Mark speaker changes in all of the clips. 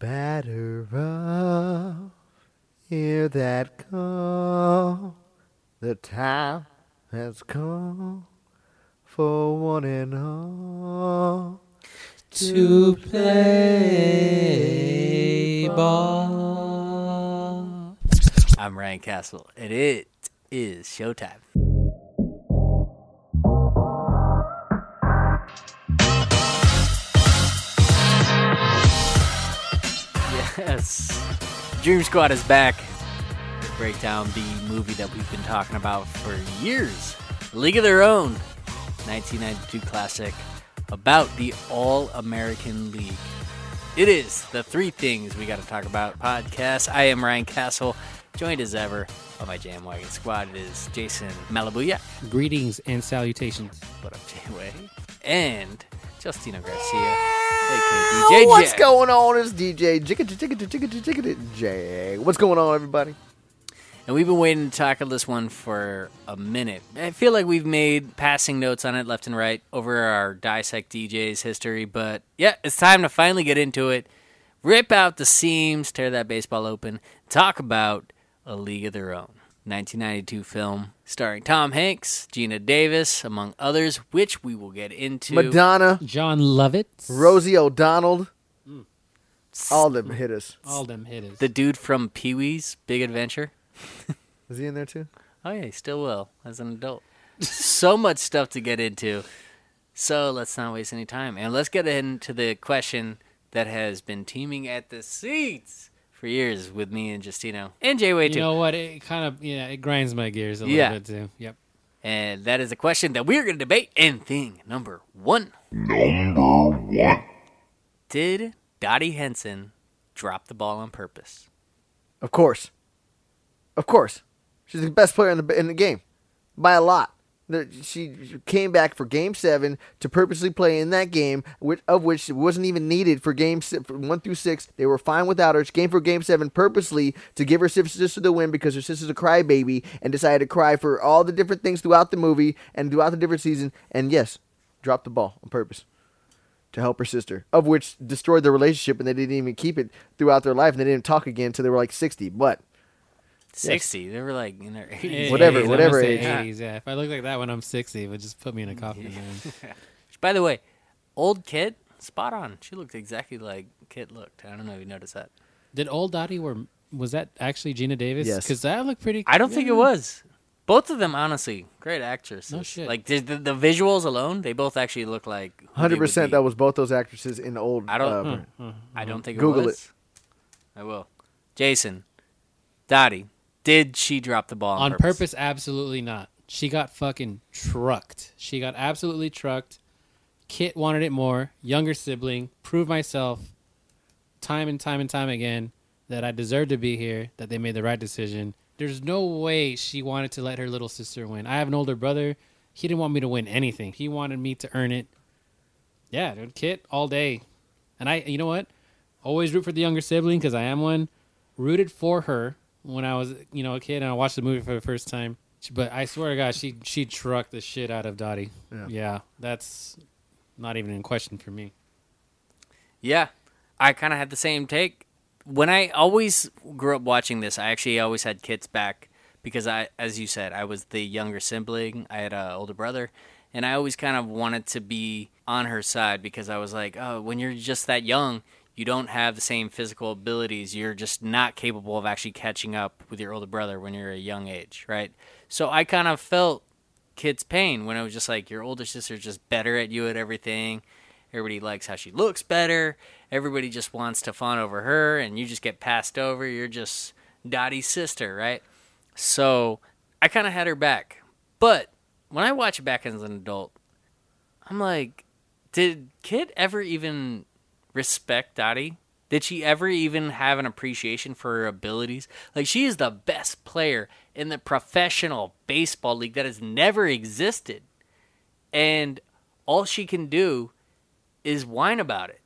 Speaker 1: Batter up, hear that call. The time has come for one and all.
Speaker 2: to play ball. I'm Ryan Castle, and it is showtime. Yes, Dream Squad is back. to Break down the movie that we've been talking about for years League of Their Own. 1992 classic about the All American League. It is the Three Things We Gotta Talk About podcast. I am Ryan Castle, joined as ever by my Jam Wagon squad. It is Jason Malabuya.
Speaker 3: Greetings and salutations.
Speaker 2: What up, Jayway? And Justino Garcia. aka DJ
Speaker 1: What's
Speaker 2: Jack.
Speaker 1: going on? It's DJ Jigga Jigga Jigga Jigga J. What's going on, everybody?
Speaker 2: And we've been waiting to tackle this one for a minute. I feel like we've made passing notes on it left and right over our Dissect DJ's history, but yeah, it's time to finally get into it. Rip out the seams, tear that baseball open, talk about A League of Their Own. 1992 film starring Tom Hanks, Gina Davis, among others, which we will get into.
Speaker 1: Madonna,
Speaker 3: John Lovett.
Speaker 1: Rosie O'Donnell, all them hitters.
Speaker 3: All them hitters.
Speaker 2: The dude from Pee Wee's Big Adventure.
Speaker 1: Is he in there too?
Speaker 2: Oh yeah, you still will as an adult. so much stuff to get into. So let's not waste any time and let's get into the question that has been teeming at the seats for years with me and Justino and Jayway too.
Speaker 3: you know what? It kind of yeah, it grinds my gears a little
Speaker 2: Yeah.
Speaker 3: bit too. Yep.
Speaker 2: and that is a question that we're going to debate. And thing number one:
Speaker 4: Number one.
Speaker 2: Did Dottie Henson drop the ball on purpose?
Speaker 1: Of course. Of course. She's the best player in the in the game by a lot. The- She came back for Game Seven to purposely play in that game, which, of which it wasn't even needed for Game si- for One through Six. They were fine without her. She came for Game Seven purposely to give her sis- sister the win because her sister's a crybaby and decided to cry for all the different things throughout the movie and throughout the different season. And yes, dropped the ball on purpose to help her sister, of which destroyed their relationship and they didn't even keep it throughout their life and they didn't talk again until they were like 60. But
Speaker 2: Sixty. They were like in their eighties.
Speaker 1: Whatever,
Speaker 3: Eighties, I'm
Speaker 1: whatever
Speaker 3: gonna say
Speaker 1: age.
Speaker 3: Eighties. Yeah. If I look like that when I'm sixty, it would just put me in a coffin. man.
Speaker 2: By the way, old Kit, spot on. She looked exactly like Kit looked. I don't know if you noticed that.
Speaker 3: Did old Dottie were was that actually Gina Davis?
Speaker 1: Yes.
Speaker 3: Because that looked pretty.
Speaker 2: I don't think it was. Both of them, honestly, great actresses.
Speaker 3: No shit.
Speaker 2: Like the, the, the visuals alone, they both actually look like who they would
Speaker 1: 100%
Speaker 2: be.
Speaker 1: that was both those actresses in old.
Speaker 2: I don't- hmm.
Speaker 1: uh,
Speaker 2: I don't think
Speaker 1: Google
Speaker 2: it
Speaker 1: it.
Speaker 2: was. I will. Jason, Dottie, did she drop the ball on,
Speaker 3: on purpose. absolutely not she got fucking trucked she got absolutely trucked kit wanted it more younger sibling prove myself time and time and time again that i deserve to be here that they made the right decision there's no way she wanted to let her little sister win i have an older brother he didn't want me to win anything he wanted me to earn it yeah dude kit all day and i you know what always root for the younger sibling because i am one rooted for her when I was, you know, a kid and I watched the movie for the first time. She- But I swear to God, she she trucked the shit out of Dottie.
Speaker 1: Yeah.
Speaker 3: Yeah. that's not even in question for me.
Speaker 2: Yeah, I kind of had the same take. When I always grew up watching this, I actually always had Kit's back because I, as you said, I was the younger sibling. I had an older brother, and I always kind of wanted to be on her side because I was like, oh, when you're just that young, you don't have the same physical abilities. You're just not capable of actually catching up with your older brother when you're a young age, right? So I kind of felt Kit's pain when it was just like your older sister's just better at you at everything. Everybody likes how she looks better. Everybody just wants to fawn over her, and you just get passed over. You're just Dottie's sister, right? So I kind of had her back. But when I watch it back as an adult, I'm like, did Kit ever even respect Dottie? Did she ever even have an appreciation for her abilities? Like, she is the best player in the professional baseball league that has never existed. And all she can do is whine about it.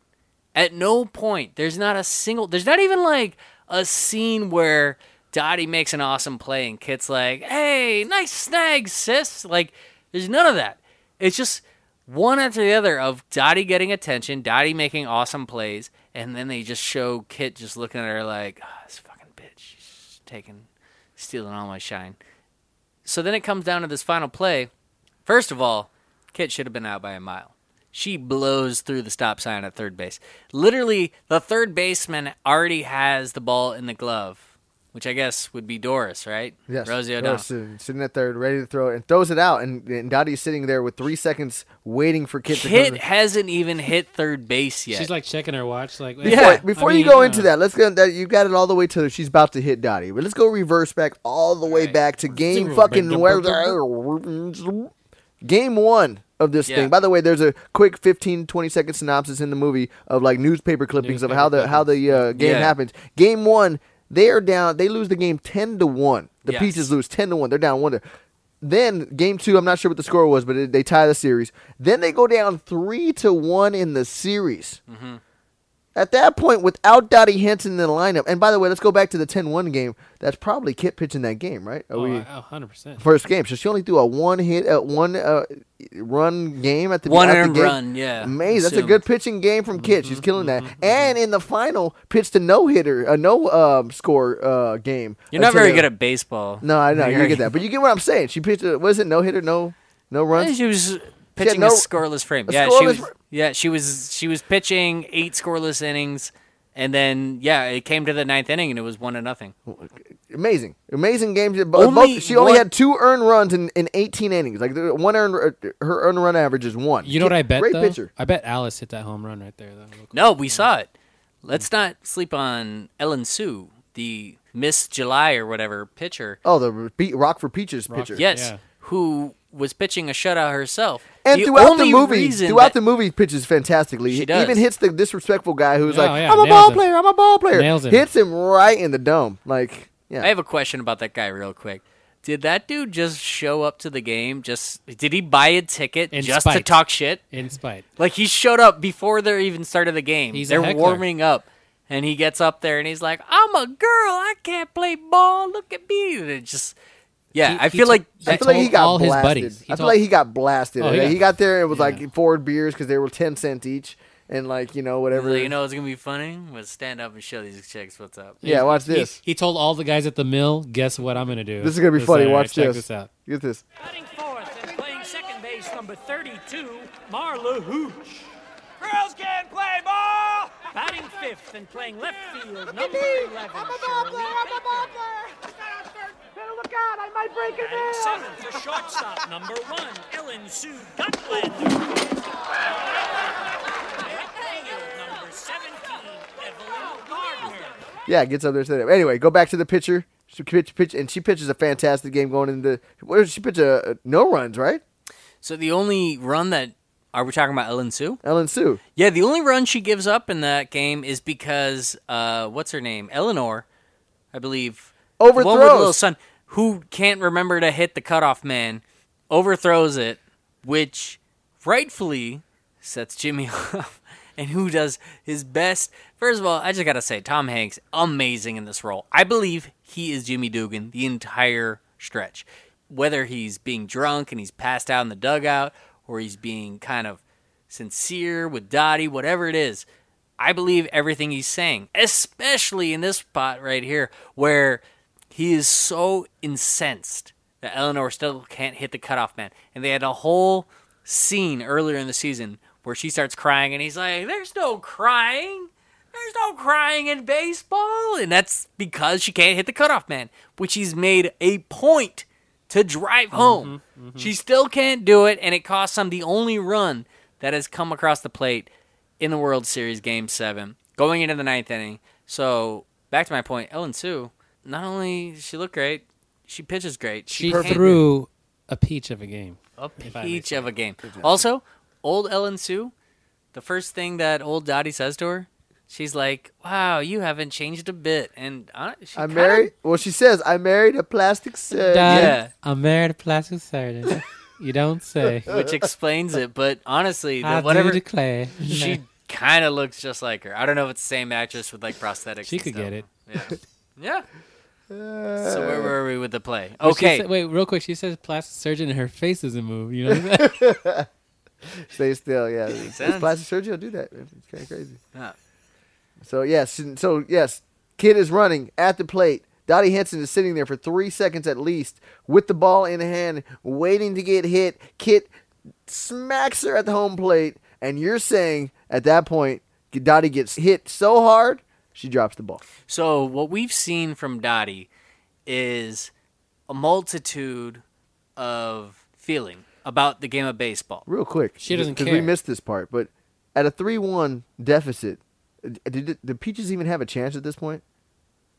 Speaker 2: At no point, there's not a single, there's not even like a scene where Dottie makes an awesome play and Kit's like, hey, nice snag, sis. Like, there's none of that. It's just one after the other of Dottie getting attention, Dottie making awesome plays, and then they just show Kit just looking at her like, oh, this fucking bitch, she's taking, stealing all my shine. So then it comes down to this final play. First of all, Kit should have been out by a mile. She blows through the stop sign at third base. Literally, the third baseman already has the ball in the glove, which I guess would be Doris, right?
Speaker 1: Yes.
Speaker 2: Rosie
Speaker 1: Doris
Speaker 2: O'Donnell.
Speaker 1: sitting, sitting at third, ready to throw it, and throws it out. And, and Dottie is sitting there with three seconds waiting for Kit, to
Speaker 2: Kit
Speaker 1: come. to-
Speaker 2: hasn't even hit third base yet.
Speaker 3: She's like checking her watch, like
Speaker 1: Before,
Speaker 2: Yeah.
Speaker 1: before
Speaker 3: I mean,
Speaker 1: you go
Speaker 3: uh,
Speaker 1: into that, let's go. That you got it all the way to she's about to hit Dottie, but let's go reverse back all the way
Speaker 2: Right.
Speaker 1: back to game fucking where- game one of this
Speaker 2: Yeah.
Speaker 1: thing. By the way, there's a quick 15, 20 second synopsis in the movie of like newspaper clippings of how the how the uh, game
Speaker 2: Yeah.
Speaker 1: happens. Game one, they are down. They lose the game ten to one. The
Speaker 2: Yes.
Speaker 1: Peaches lose ten to one. They're down one to. Then game two, I'm not sure what the score was, but it, they tie the series. Then they go down three to one in the series. At that point, without Dottie Henson in the lineup, and by the way, let's go back to the 10-1 game. That's probably Kit pitching that game, right? Are
Speaker 3: oh,
Speaker 1: we-
Speaker 3: I- oh, 100%.
Speaker 1: first game. So she only threw a one hit, uh, one uh, run game at the
Speaker 2: One
Speaker 1: at the
Speaker 2: earned
Speaker 1: game.
Speaker 2: run, yeah.
Speaker 1: Amazing. That's a
Speaker 2: Assumed.
Speaker 1: good pitching game from Kit.
Speaker 3: Mm-hmm,
Speaker 1: She's killing that. And in the final, pitched a no hitter, a no um, score uh, game.
Speaker 2: You're not very
Speaker 1: Until-
Speaker 2: good at baseball.
Speaker 1: No, I know you
Speaker 2: You're-
Speaker 1: get that, but you get what I'm saying. She pitched. A, what is it? No hitter, no no runs.
Speaker 2: She was pitching
Speaker 1: no-
Speaker 2: a scoreless frame.
Speaker 1: a
Speaker 2: yeah,
Speaker 1: scoreless
Speaker 2: she was.
Speaker 1: fr-
Speaker 2: Yeah, she was. She was pitching eight scoreless innings, and then yeah, it came to the ninth inning, and it was one to nothing.
Speaker 1: Amazing, amazing game. She- Both,
Speaker 2: Only
Speaker 1: both- she only
Speaker 2: one-
Speaker 1: had two earned runs in, in 18 innings. Like the- one earned, uh, her earned run average is one.
Speaker 3: You know what I bet
Speaker 1: Great
Speaker 3: though?
Speaker 1: pitcher.
Speaker 3: I bet Alice hit that home run right there though. real quick.
Speaker 2: No, we saw it. Let's not sleep on Ellen Sue, the Miss July or whatever pitcher.
Speaker 1: Oh, the beat Rockford Peaches pitcher.
Speaker 2: Yes,
Speaker 3: yeah.
Speaker 2: who was pitching a shutout herself.
Speaker 1: And
Speaker 2: the
Speaker 1: throughout the
Speaker 2: only
Speaker 1: movie,
Speaker 2: reason
Speaker 1: throughout the
Speaker 2: that-
Speaker 1: movie, pitches fantastically.
Speaker 2: She
Speaker 1: He
Speaker 2: does.
Speaker 1: Even hits the disrespectful guy who's
Speaker 3: Oh,
Speaker 1: like,
Speaker 3: yeah,
Speaker 1: "I'm a
Speaker 3: nails
Speaker 1: ball
Speaker 3: him.
Speaker 1: player. I'm a ball player."
Speaker 3: Nails him.
Speaker 1: Hits him right in the dome. Like, yeah,
Speaker 2: I have a question about that guy, real quick. Did that dude just show up to the game? Just did he buy a ticket
Speaker 3: In
Speaker 2: just to
Speaker 3: spite.
Speaker 2: talk shit?
Speaker 3: In spite.
Speaker 2: Like he showed up before they even started the game.
Speaker 3: He's a
Speaker 2: They're
Speaker 3: heckler.
Speaker 2: warming up, and he gets up there and he's like, "I'm a girl. I can't play ball. Look at me." And it just, yeah,
Speaker 3: He-
Speaker 2: I
Speaker 3: he
Speaker 2: feel
Speaker 3: took-
Speaker 2: like
Speaker 1: I
Speaker 3: he
Speaker 1: feel like he
Speaker 3: told
Speaker 1: got
Speaker 3: all his
Speaker 1: blasted.
Speaker 3: buddies. He
Speaker 1: I feel
Speaker 3: told-
Speaker 1: like he got blasted.
Speaker 3: Oh, he
Speaker 1: Like,
Speaker 3: got-
Speaker 1: he got there. It was
Speaker 3: Yeah.
Speaker 1: like forward beers because they were ten cent each, and like you know whatever.
Speaker 2: you know it's gonna be funny. Was stand up and show these chicks what's up.
Speaker 1: Yeah, watch
Speaker 3: He-
Speaker 1: this.
Speaker 3: He, told all the guys at the mill, "Guess what I'm gonna do?
Speaker 1: This is gonna be funny.
Speaker 3: Saturday.
Speaker 1: Watch
Speaker 3: Check
Speaker 1: this.
Speaker 3: this out.
Speaker 1: Get this.
Speaker 5: Batting fourth and playing second base, number 32, Marla Hooch. Girls can play ball! Batting fifth and playing left field, number 11, Shirley Baker. Batting seventh, the shortstop, number one, Ellen Sue Gutlander. Right field, number 17, Evelyn Gardner.
Speaker 1: Yeah, gets up there. Set up. Anyway, go back to the pitcher. She pitch, pitch, and she pitches a fantastic game going into. What did she pitch? A, a no runs, right?
Speaker 2: So the only run that are we talking about Ellen Sue?
Speaker 1: Ellen Sue.
Speaker 2: Yeah, the only run she gives up in that game is because uh, what's her name, Eleanor, I believe, the one with the
Speaker 1: Overthrows.
Speaker 2: little son who can't remember to hit the cutoff man, overthrows it, which rightfully sets Jimmy off, and who does his best. First of all, I just gotta say, Tom Hanks amazing in this role. I believe he is Jimmy Dugan the entire stretch, whether he's being drunk and he's passed out in the dugout or he's being kind of sincere with Dottie, whatever it is. I believe everything he's saying, especially in this spot right here where he is so incensed that Eleanor still can't hit the cutoff man. And they had a whole scene earlier in the season where she starts crying and he's like, There's no crying. There's no crying in baseball. And that's because she can't hit the cutoff man, which he's made a point to drive home. She still can't do it, and it costs them the only run that has come across the plate in the World Series Game 7, going into the ninth inning. So, back to my point, Ellen Sue, not only does she look great, she pitches great.
Speaker 3: She
Speaker 2: can't-
Speaker 3: threw a peach of a game.
Speaker 2: a
Speaker 3: I may
Speaker 2: peach of a game. Also, old Ellen Sue, the first thing that old Dottie says to her, she's like, wow, you haven't changed a bit. And uh, she
Speaker 1: I
Speaker 2: kinda-
Speaker 1: married. Well, she says I married a plastic surgeon.
Speaker 2: Yeah.
Speaker 3: I'm married to plastic surgeon. you don't say.
Speaker 2: Which explains it, but honestly,
Speaker 3: I
Speaker 2: the, whatever
Speaker 3: do declare.
Speaker 2: she kind of looks just like her. I don't know if it's the same actress with like prosthetics.
Speaker 3: She
Speaker 2: and
Speaker 3: could
Speaker 2: stuff.
Speaker 3: get it.
Speaker 2: Yeah. yeah. So
Speaker 1: Uh,
Speaker 2: where were we with the play?
Speaker 3: But she
Speaker 2: Okay.
Speaker 3: said- wait, real quick. She says plastic surgeon, and her face doesn't move. You know what I mean?
Speaker 1: Stay still. Yeah, Does
Speaker 2: sense.
Speaker 1: plastic surgery will do that. It's kind of crazy.
Speaker 2: Yeah.
Speaker 1: So yes, and so yes, kid is running at the plate. Dottie Henson is sitting there for three seconds at least with the ball in hand, waiting to get hit. Kit smacks her at the home plate, and you're saying at that point, Dottie gets hit so hard, she drops the ball.
Speaker 2: So what we've seen from Dottie is a multitude of feeling about the game of baseball.
Speaker 1: Real quick,
Speaker 3: She doesn't
Speaker 1: because we
Speaker 3: care.
Speaker 1: missed this part. But at a three-one deficit, uh, did the Peaches even have a chance at this point?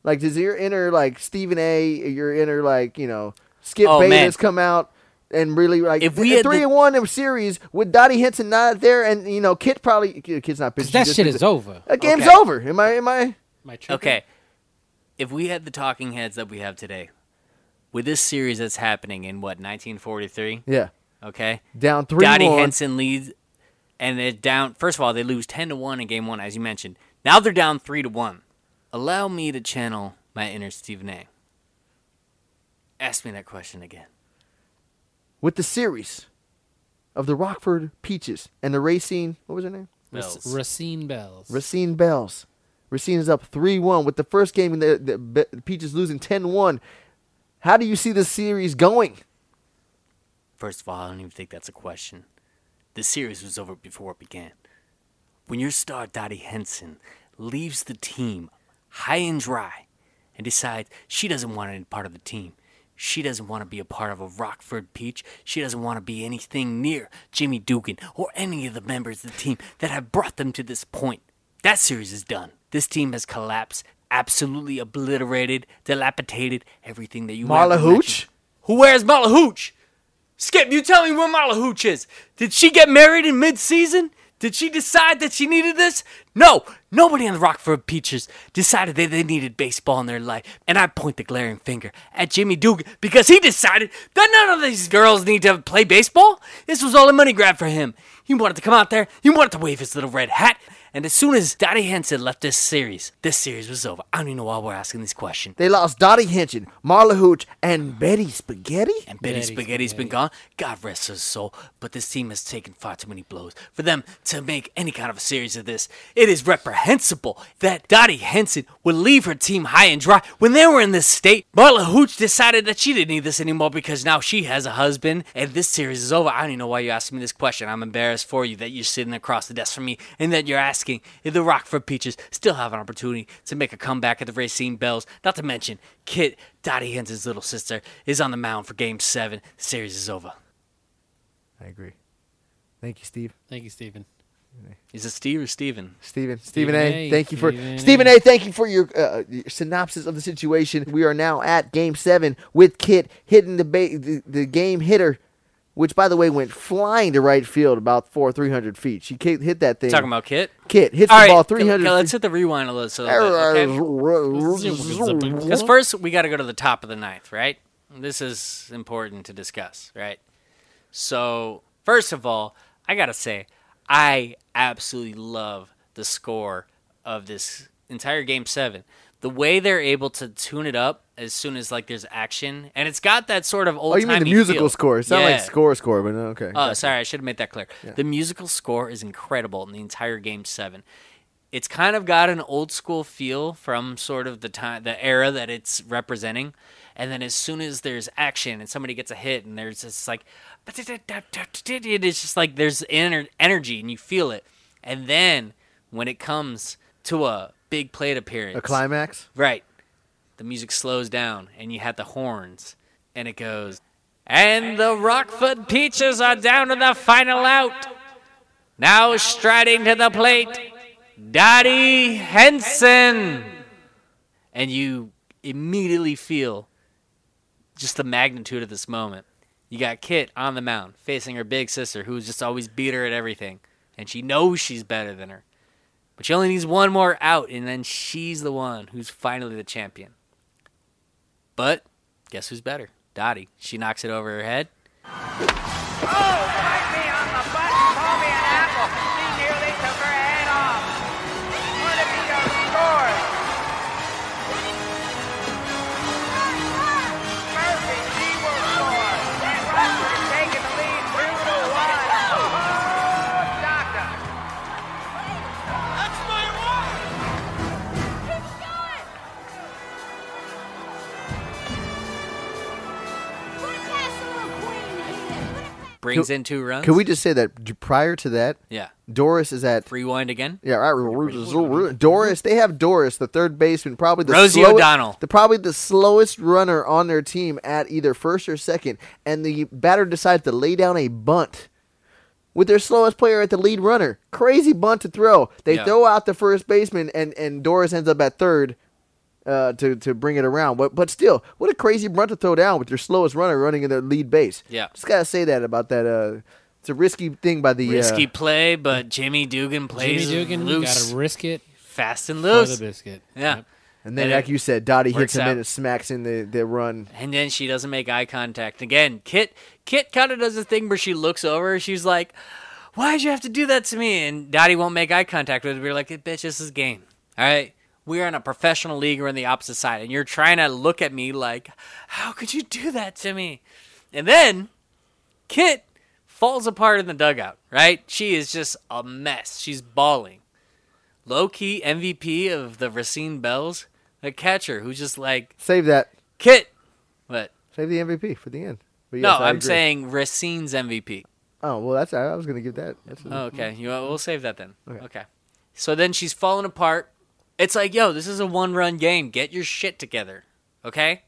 Speaker 1: Like, does your inner like Stephen A, your inner like you know Skip
Speaker 2: Oh, man.
Speaker 1: Bayless come out and really like
Speaker 2: If we
Speaker 1: a
Speaker 2: had the-
Speaker 1: three and one series with Dottie Henson not there and you know Kit probably Kit's not bitching.
Speaker 3: that
Speaker 1: just
Speaker 3: shit
Speaker 1: did
Speaker 3: is
Speaker 1: the-
Speaker 3: over.
Speaker 1: That game's
Speaker 2: Okay.
Speaker 1: over. Am I? Am I?
Speaker 3: My tripping?
Speaker 2: Okay. If we had the talking heads that we have today, with this series that's happening in what 1943,
Speaker 1: Yeah,
Speaker 2: okay,
Speaker 1: down three
Speaker 2: Dottie
Speaker 1: one.
Speaker 2: Henson leads, and they're down. First of all, they lose ten to one in game one, as you mentioned. Now they're down three to one. Allow me to channel my inner Stephen A. Ask me that question again.
Speaker 1: with the series of the Rockford Peaches and the Racine. What was her name?
Speaker 3: Rac-
Speaker 2: Bells.
Speaker 3: Racine Bells.
Speaker 1: Racine Bells. Racine is up 3 1 with the first game, and the, the Be- Peaches losing 10 1. How do you see this series going?
Speaker 2: First of all, I don't even think that's a question. The series was over before it began. When your star Dottie Henson leaves the team high and dry and decides she doesn't want any part of the team, she doesn't want to be a part of a Rockford Peach, she doesn't want to be anything near Jimmy Dugan or any of the members of the team that have brought them to this point. That series is done. This team has collapsed, absolutely obliterated, dilapidated, everything that you
Speaker 1: Marla
Speaker 2: ever
Speaker 1: Hooch?
Speaker 2: who wears Marla Hooch? Skip, you tell me where Marla Hooch is. Did she get married in mid-season? Did she decide that she needed this? No, nobody on the Rockford Peaches decided that they needed baseball in their life, and I point the glaring finger at Jimmy Dugan because he decided that none of these girls need to play baseball. This was all a money grab for him. He wanted to come out there, he wanted to wave his little red hat, and as soon as Dottie Henson left this series, this series was over. I don't even know why we're asking this question.
Speaker 1: They lost Dottie Henson, Marla Hooch, and Betty Spaghetti?
Speaker 2: And Betty
Speaker 3: Betty
Speaker 2: Spaghetti's been gone. God rest her soul. But this team has taken far too many blows for them to make any kind of a series of this. It is reprehensible that Dottie Henson would leave her team high and dry when they were in this state. Marla Hooch decided that she didn't need this anymore because now she has a husband and this series is over. I don't even know why you're asking me this question. I'm embarrassed for you that you're sitting across the desk from me and that you're asking if the Rockford Peaches still have an opportunity to make a comeback at the Racine Bells. Not to mention, Kit, Dottie Henson's little sister, is on the mound for game seven. The series is over.
Speaker 1: I agree. Thank you, Steve.
Speaker 3: Thank you, Stephen.
Speaker 2: Is it Steve or Steven?
Speaker 1: Stephen. Stephen
Speaker 3: Stephen
Speaker 1: A.
Speaker 3: A.
Speaker 1: Thank you for
Speaker 3: Stephen A.
Speaker 1: Stephen A. Thank you for your, uh, your synopsis of the situation. We are now at Game Seven with Kit hitting the, ba- the the game hitter, which by the way went flying to right field about four three hundred feet. She ki- hit that thing.
Speaker 2: Talking about Kit?
Speaker 1: Kit hits
Speaker 2: All
Speaker 1: the
Speaker 2: right,
Speaker 1: ball
Speaker 2: okay,
Speaker 1: three hundred.
Speaker 2: let's hit the rewind a little. So because first we got to go to the top of the ninth, right? This is important to discuss, right? So first of all, I gotta say, I absolutely love the score of this entire game seven. The way they're able to tune it up as soon as like there's action, and it's got that sort of old.
Speaker 1: Oh, you mean the musical score? It's not like
Speaker 2: score.
Speaker 1: score score, but no, okay.
Speaker 2: Oh, sorry, I should have made that clear. The musical score is incredible in the entire game seven. It's kind of got an old school feel from sort of the time, the era that it's representing, and then as soon as there's action and somebody gets a hit, and there's just like, it's just like there's inner energy and you feel it, and then when it comes to a big plate appearance,
Speaker 1: a climax.
Speaker 2: Right. The music slows down, and you have the horns, and it goes, and the Rockford Peaches are down to the final out. Now striding to the plate, Dottie Henson. And you immediately feel just the magnitude of this moment. You got Kit on the mound facing her big sister, who's just always beat her at everything, and she knows she's better than her. But she only needs one more out, and then she's the one who's finally the champion. But guess who's better? Dottie. She knocks it over her head.
Speaker 5: Oh, bite me on the butt and call me an apple. She nearly took her head off. One of you scores. Murphy, she will score. And Rutgers is taking the lead two to one. Oh, Shaka. That's my wife.
Speaker 2: brings
Speaker 1: Can-
Speaker 2: in two runs.
Speaker 1: Can we just say that d- prior to that,
Speaker 2: Yeah.
Speaker 1: Doris is at
Speaker 2: Rewind again.
Speaker 1: Yeah, right. Ru- Ru- Ru- Doris. They have Doris, the third baseman, probably the
Speaker 2: Rosie
Speaker 1: slowest,
Speaker 2: O'Donnell.
Speaker 1: the probably the slowest runner on their team at either first or second, and the batter decides to lay down a bunt with their slowest player at the lead runner. Crazy bunt to throw. They
Speaker 2: Yeah.
Speaker 1: throw out the first baseman, and and Doris ends up at third. Uh, to, to bring it around, but but still, what a crazy bunt to throw down with your slowest runner running in their lead base.
Speaker 2: Yeah.
Speaker 1: just gotta say that about that. Uh, it's a risky thing by the
Speaker 2: Risky
Speaker 1: uh,
Speaker 2: play, but Jimmy Dugan plays
Speaker 3: Jimmy Dugan, you
Speaker 2: loose,
Speaker 3: gotta risk it
Speaker 2: fast and
Speaker 3: for
Speaker 2: loose.
Speaker 3: the biscuit.
Speaker 2: Yeah.
Speaker 3: Yep.
Speaker 1: And then,
Speaker 2: And it
Speaker 1: like you said, Dottie hits
Speaker 2: works
Speaker 1: him
Speaker 2: out.
Speaker 1: in and smacks in the, the run.
Speaker 2: And then she doesn't make eye contact again. Kit Kit kind of does a thing where she looks over. She's like, "Why'd you have to do that to me?" And Dottie won't make eye contact with her. We're like, "Bitch, this is game. All right, we're in a professional league. We're on the opposite side, and you're trying to look at me like, how could you do that to me?" And then Kit falls apart in the dugout. Right? She is just a mess. She's bawling. Low key MVP of the Racine Bells, the catcher who just like
Speaker 1: Save that.
Speaker 2: Kit. What?
Speaker 1: Save the MVP for the end. But yes,
Speaker 2: No,
Speaker 1: I
Speaker 2: I'm
Speaker 1: agree.
Speaker 2: saying Racine's MVP.
Speaker 1: Oh well, that's I was going to give that. That's a-
Speaker 2: Oh, okay, you we'll save that then.
Speaker 1: Mm-hmm. Okay.
Speaker 2: Okay. So then she's falling apart. It's like, yo, this is a one-run game. Get your shit together, okay?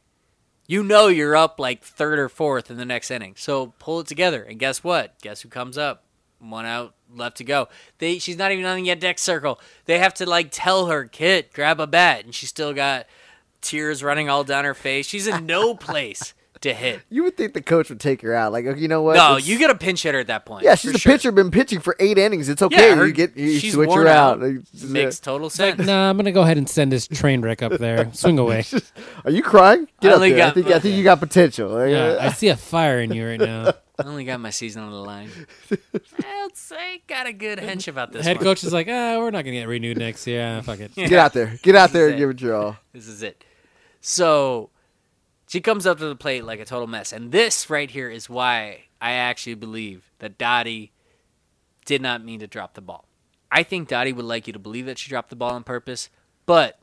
Speaker 2: You know you're up like third or fourth in the next inning, so pull it together. And guess what? Guess who comes up? One out, left to go. They she's not even on the deck circle. They have to like tell her, "Kid, grab a bat," and she's still got tears running all down her face. She's in no place to hit.
Speaker 1: you would think the coach would take her out. Like okay, you know what?
Speaker 2: No,
Speaker 1: It's-
Speaker 2: you get a pinch hitter at that point.
Speaker 1: Yeah, she's
Speaker 2: for
Speaker 1: a
Speaker 2: sure.
Speaker 1: pitcher. Been pitching for eight innings. It's okay.
Speaker 2: her-
Speaker 1: you get you
Speaker 2: she's
Speaker 1: switch
Speaker 2: worn
Speaker 1: her out. Like, it's-
Speaker 2: Makes total sense.
Speaker 3: Nah, I'm gonna go ahead and send this train wreck up there. Swing away.
Speaker 1: Are you crying? Get
Speaker 2: I
Speaker 1: up
Speaker 2: only
Speaker 1: there. I
Speaker 2: got-
Speaker 1: think I think you got potential. Like,
Speaker 3: Yeah,
Speaker 1: uh,
Speaker 3: I see a fire in you right now.
Speaker 2: I only got my season on the line. I'd say got a good hench about this
Speaker 3: Head
Speaker 2: one.
Speaker 3: coach is like, ah, we're not gonna get renewed next year. Ah, fuck it.
Speaker 1: Get out there. Get out there and
Speaker 2: it.
Speaker 1: give it your all.
Speaker 2: This is it. So she comes up to the plate like a total mess. And this right here is why I actually believe that Dottie did not mean to drop the ball. I think Dottie would like you to believe that she dropped the ball on purpose, but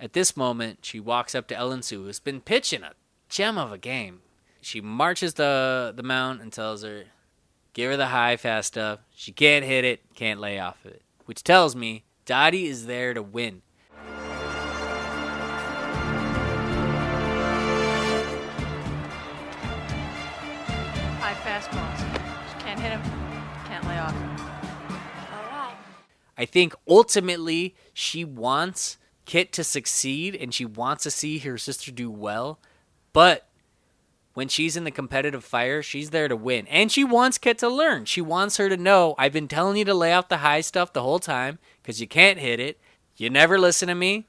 Speaker 2: at this moment she walks up to Ellen Sue, who's been pitching a gem of a game. She marches the the mound and tells her, give her the high fast stuff. She can't hit it, can't lay off of it. Which tells me Dottie is there to win.
Speaker 6: High fastballs. Just can't hit him. Can't lay off. All right.
Speaker 2: I think ultimately she wants Kit to succeed and she wants to see her sister do well. But when she's in the competitive fire, she's there to win. And she wants Kit to learn. She wants her to know I've been telling you to lay out the high stuff the whole time because you can't hit it. You never listen to me.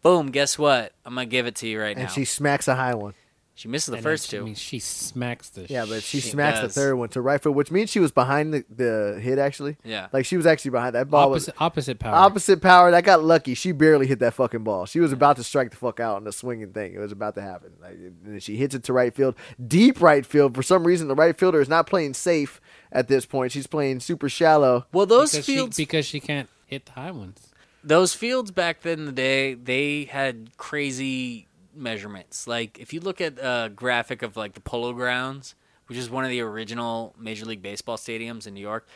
Speaker 2: Boom, guess what? I'm going to give it to you right
Speaker 1: And
Speaker 2: now.
Speaker 1: she smacks a high one.
Speaker 2: she misses the
Speaker 3: And
Speaker 2: first
Speaker 3: then, I
Speaker 2: two.
Speaker 3: mean, she smacks the.
Speaker 1: Yeah, but she,
Speaker 3: shit.
Speaker 1: smacks
Speaker 2: does.
Speaker 1: the third one to right foot, which means she was behind the, the hit actually.
Speaker 2: Yeah.
Speaker 1: like she was actually behind that ball. was,
Speaker 3: opposite, opposite power.
Speaker 1: Opposite power. That got lucky. She barely hit that fucking ball. She was about to strike the fuck out on the swinging thing. It was about to happen. Like, and then she hits it to right field, deep right field. For some reason, the right fielder is not playing safe at this point. She's playing super shallow.
Speaker 2: Well, those
Speaker 3: because
Speaker 2: fields.
Speaker 3: she, because she can't hit the high ones.
Speaker 2: those fields back then in the day they had crazy measurements like if you look at a graphic of like the polo grounds which is one of the original major league baseball stadiums in new york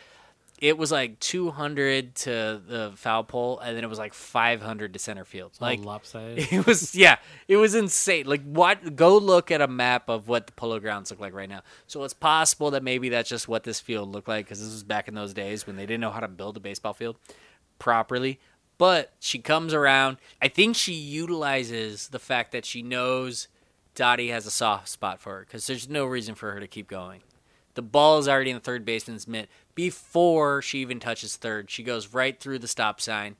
Speaker 2: it was like 200 to the foul pole and then it was like 500 to center field like
Speaker 3: Like lopsided.
Speaker 2: it was yeah, it was insane. Like what go look at a map of what the polo grounds look like right now. So it's possible that maybe that's just what this field looked like cuz this was back in those days when they didn't know how to build a baseball field properly. But she comes around. I think she utilizes the fact that she knows Dottie has a soft spot for her cuz there's no reason for her to keep going. The ball is already in the third baseman's mitt before she even touches third. She goes right through the stop sign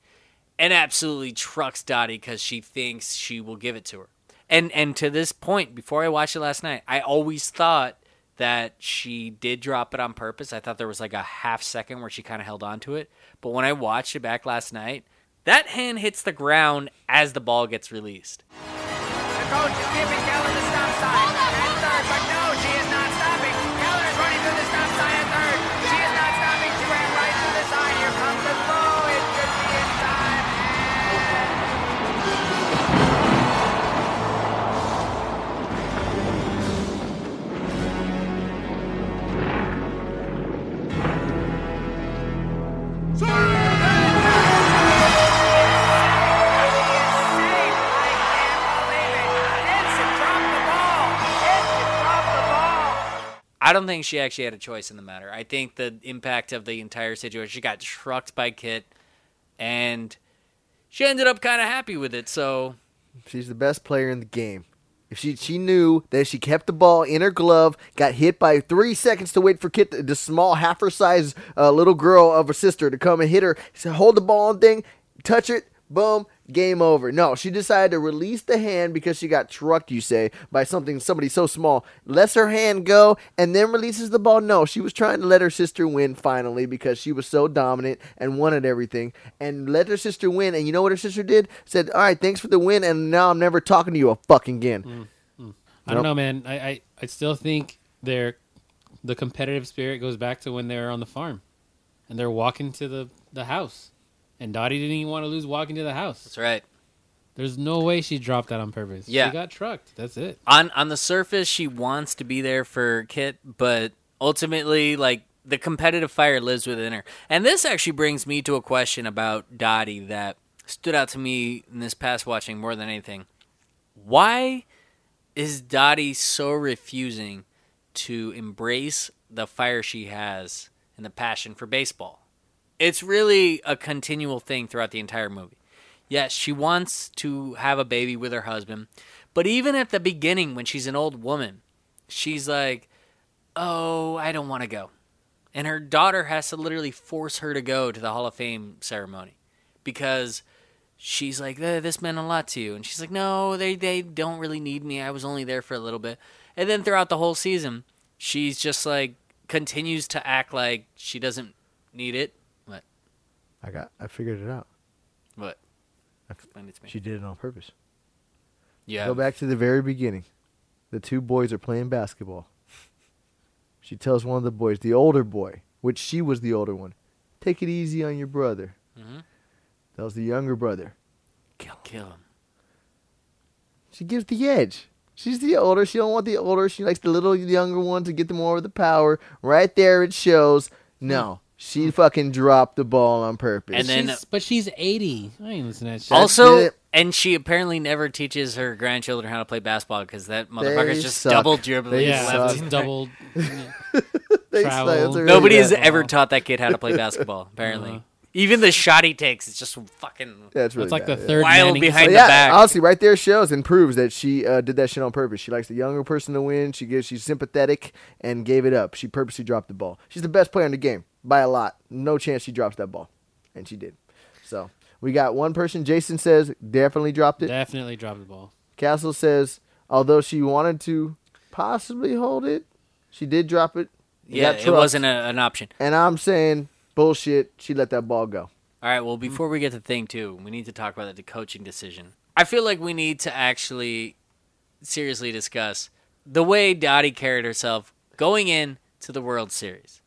Speaker 2: and absolutely trucks Dottie because she thinks she will give it to her. And and to this point, before I watched it last night, I always thought that she did drop it on purpose. I thought there was like a half second where she kind of held on to it. But when I watched it back last night, that hand hits the ground as the ball gets released.
Speaker 5: The coach is giving Keller the stop sign at third, but no, she is not stopping. Keller is running through the stop sign at third. She is not stopping. She ran right through the sign. Here comes the throw. It could be in time.
Speaker 2: I don't think she actually had a choice in the matter. I think the impact of the entire situation, she got trucked by Kit, and she ended up kind of happy with it. So
Speaker 1: She's the best player in the game. If she she knew that if she kept the ball in her glove, got hit by three seconds to wait for Kit, the, the small half her size uh, little girl of her sister to come and hit her, so hold the ball and thing, touch it, boom, game over. No, she decided to release the hand because she got trucked, you say, by something somebody so small. Lets her hand go and then releases the ball. No, she was trying to let her sister win finally because she was so dominant and wanted everything. And let her sister win. And you know what her sister did? Said, All right, thanks for the win, and now I'm never talking to you a fucking again.
Speaker 3: I don't know, man. I, I, I still think their the competitive spirit goes back to when they're on the farm and they're walking to the, the house. And Dottie didn't even want to lose walking to the house.
Speaker 2: that's right.
Speaker 3: There's no way she dropped that on purpose.
Speaker 2: Yeah.
Speaker 3: She got trucked. That's it.
Speaker 2: on on the surface she wants to be there for Kit, but ultimately like the competitive fire lives within her. And this actually brings me to a question about Dottie that stood out to me in this past watching more than anything. Why is Dottie so refusing to embrace the fire she has and the passion for baseball? It's really a continual thing throughout the entire movie. Yes, she wants to have a baby with her husband. But even at the beginning, when she's an old woman, she's like, oh, I don't want to go. And her daughter has to literally force her to go to the Hall of Fame ceremony because she's like, "Eh, this meant a lot to you. And she's like, no, they, they don't really need me. I was only there for a little bit. And then throughout the whole season, she's just like, continues to act like she doesn't need it. What?
Speaker 1: I got I figured it out.
Speaker 2: What? Explain it to me.
Speaker 1: She did it on purpose.
Speaker 2: yeah.
Speaker 1: Go back to the very beginning. The two boys are playing basketball. She tells one of the boys, the older boy, which she was the older one, take it easy on your brother.
Speaker 2: Mhm.
Speaker 1: Tells the younger brother.
Speaker 2: Kill him.
Speaker 1: She gives the edge. She's the older. She don't want the older. She likes the little younger one to get them over the power. Right there, it shows. No, she fucking dropped the ball on purpose.
Speaker 2: Mm-hmm. And then- uh,
Speaker 3: She's- but she's 80. I ain't listening to that shit.
Speaker 2: Also,
Speaker 1: it.
Speaker 2: and she apparently never teaches her grandchildren how to play basketball because that motherfucker's just
Speaker 1: suck.
Speaker 2: double dribbling
Speaker 1: They
Speaker 3: yeah,
Speaker 2: left
Speaker 1: suck.
Speaker 2: and
Speaker 3: just
Speaker 2: right.
Speaker 3: double.
Speaker 1: They
Speaker 3: travel.
Speaker 1: say it's a really
Speaker 2: Nobody
Speaker 1: bad- Uh-huh.
Speaker 2: has ever taught that kid how to play basketball. Apparently, even the shot he takes is just fucking.
Speaker 1: Yeah, it's really
Speaker 3: That's like the
Speaker 1: bad.
Speaker 3: third
Speaker 2: Wild
Speaker 3: Manning-
Speaker 2: behind-
Speaker 1: But
Speaker 2: in the
Speaker 1: yeah,
Speaker 2: back.
Speaker 1: honestly, right there shows and proves that she uh, did that shit on purpose. She likes the younger person to win. She gives, she's sympathetic and gave it up. She purposely dropped the ball. She's the best player in the game by a lot. No chance she drops that ball, and she did. So we got one person. Jason says definitely dropped it.
Speaker 3: Definitely dropped the ball.
Speaker 1: Castle says although she wanted to possibly hold it, she did drop it. It
Speaker 2: Yeah,
Speaker 1: got
Speaker 2: it
Speaker 1: trucked.
Speaker 2: wasn't a, an option.
Speaker 1: And I'm saying bullshit. She let that ball go.
Speaker 2: All right. Well, before we get to thing two, we need to talk about the coaching decision. I feel like we need to actually seriously discuss the way Dottie carried herself going in to the World Series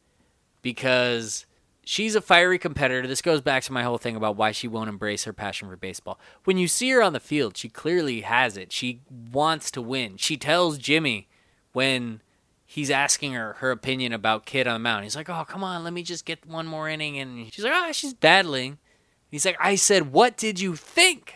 Speaker 2: because she's a fiery competitor. This goes back to my whole thing about why she won't embrace her passion for baseball. When you see her on the field, she clearly has it. She wants to win. She tells Jimmy when he's asking her her opinion about Kid on the mound. He's like, "Oh, come on, let me just get one more inning." And she's like, "Ah, she's battling." He's like, "I said, what did you think?"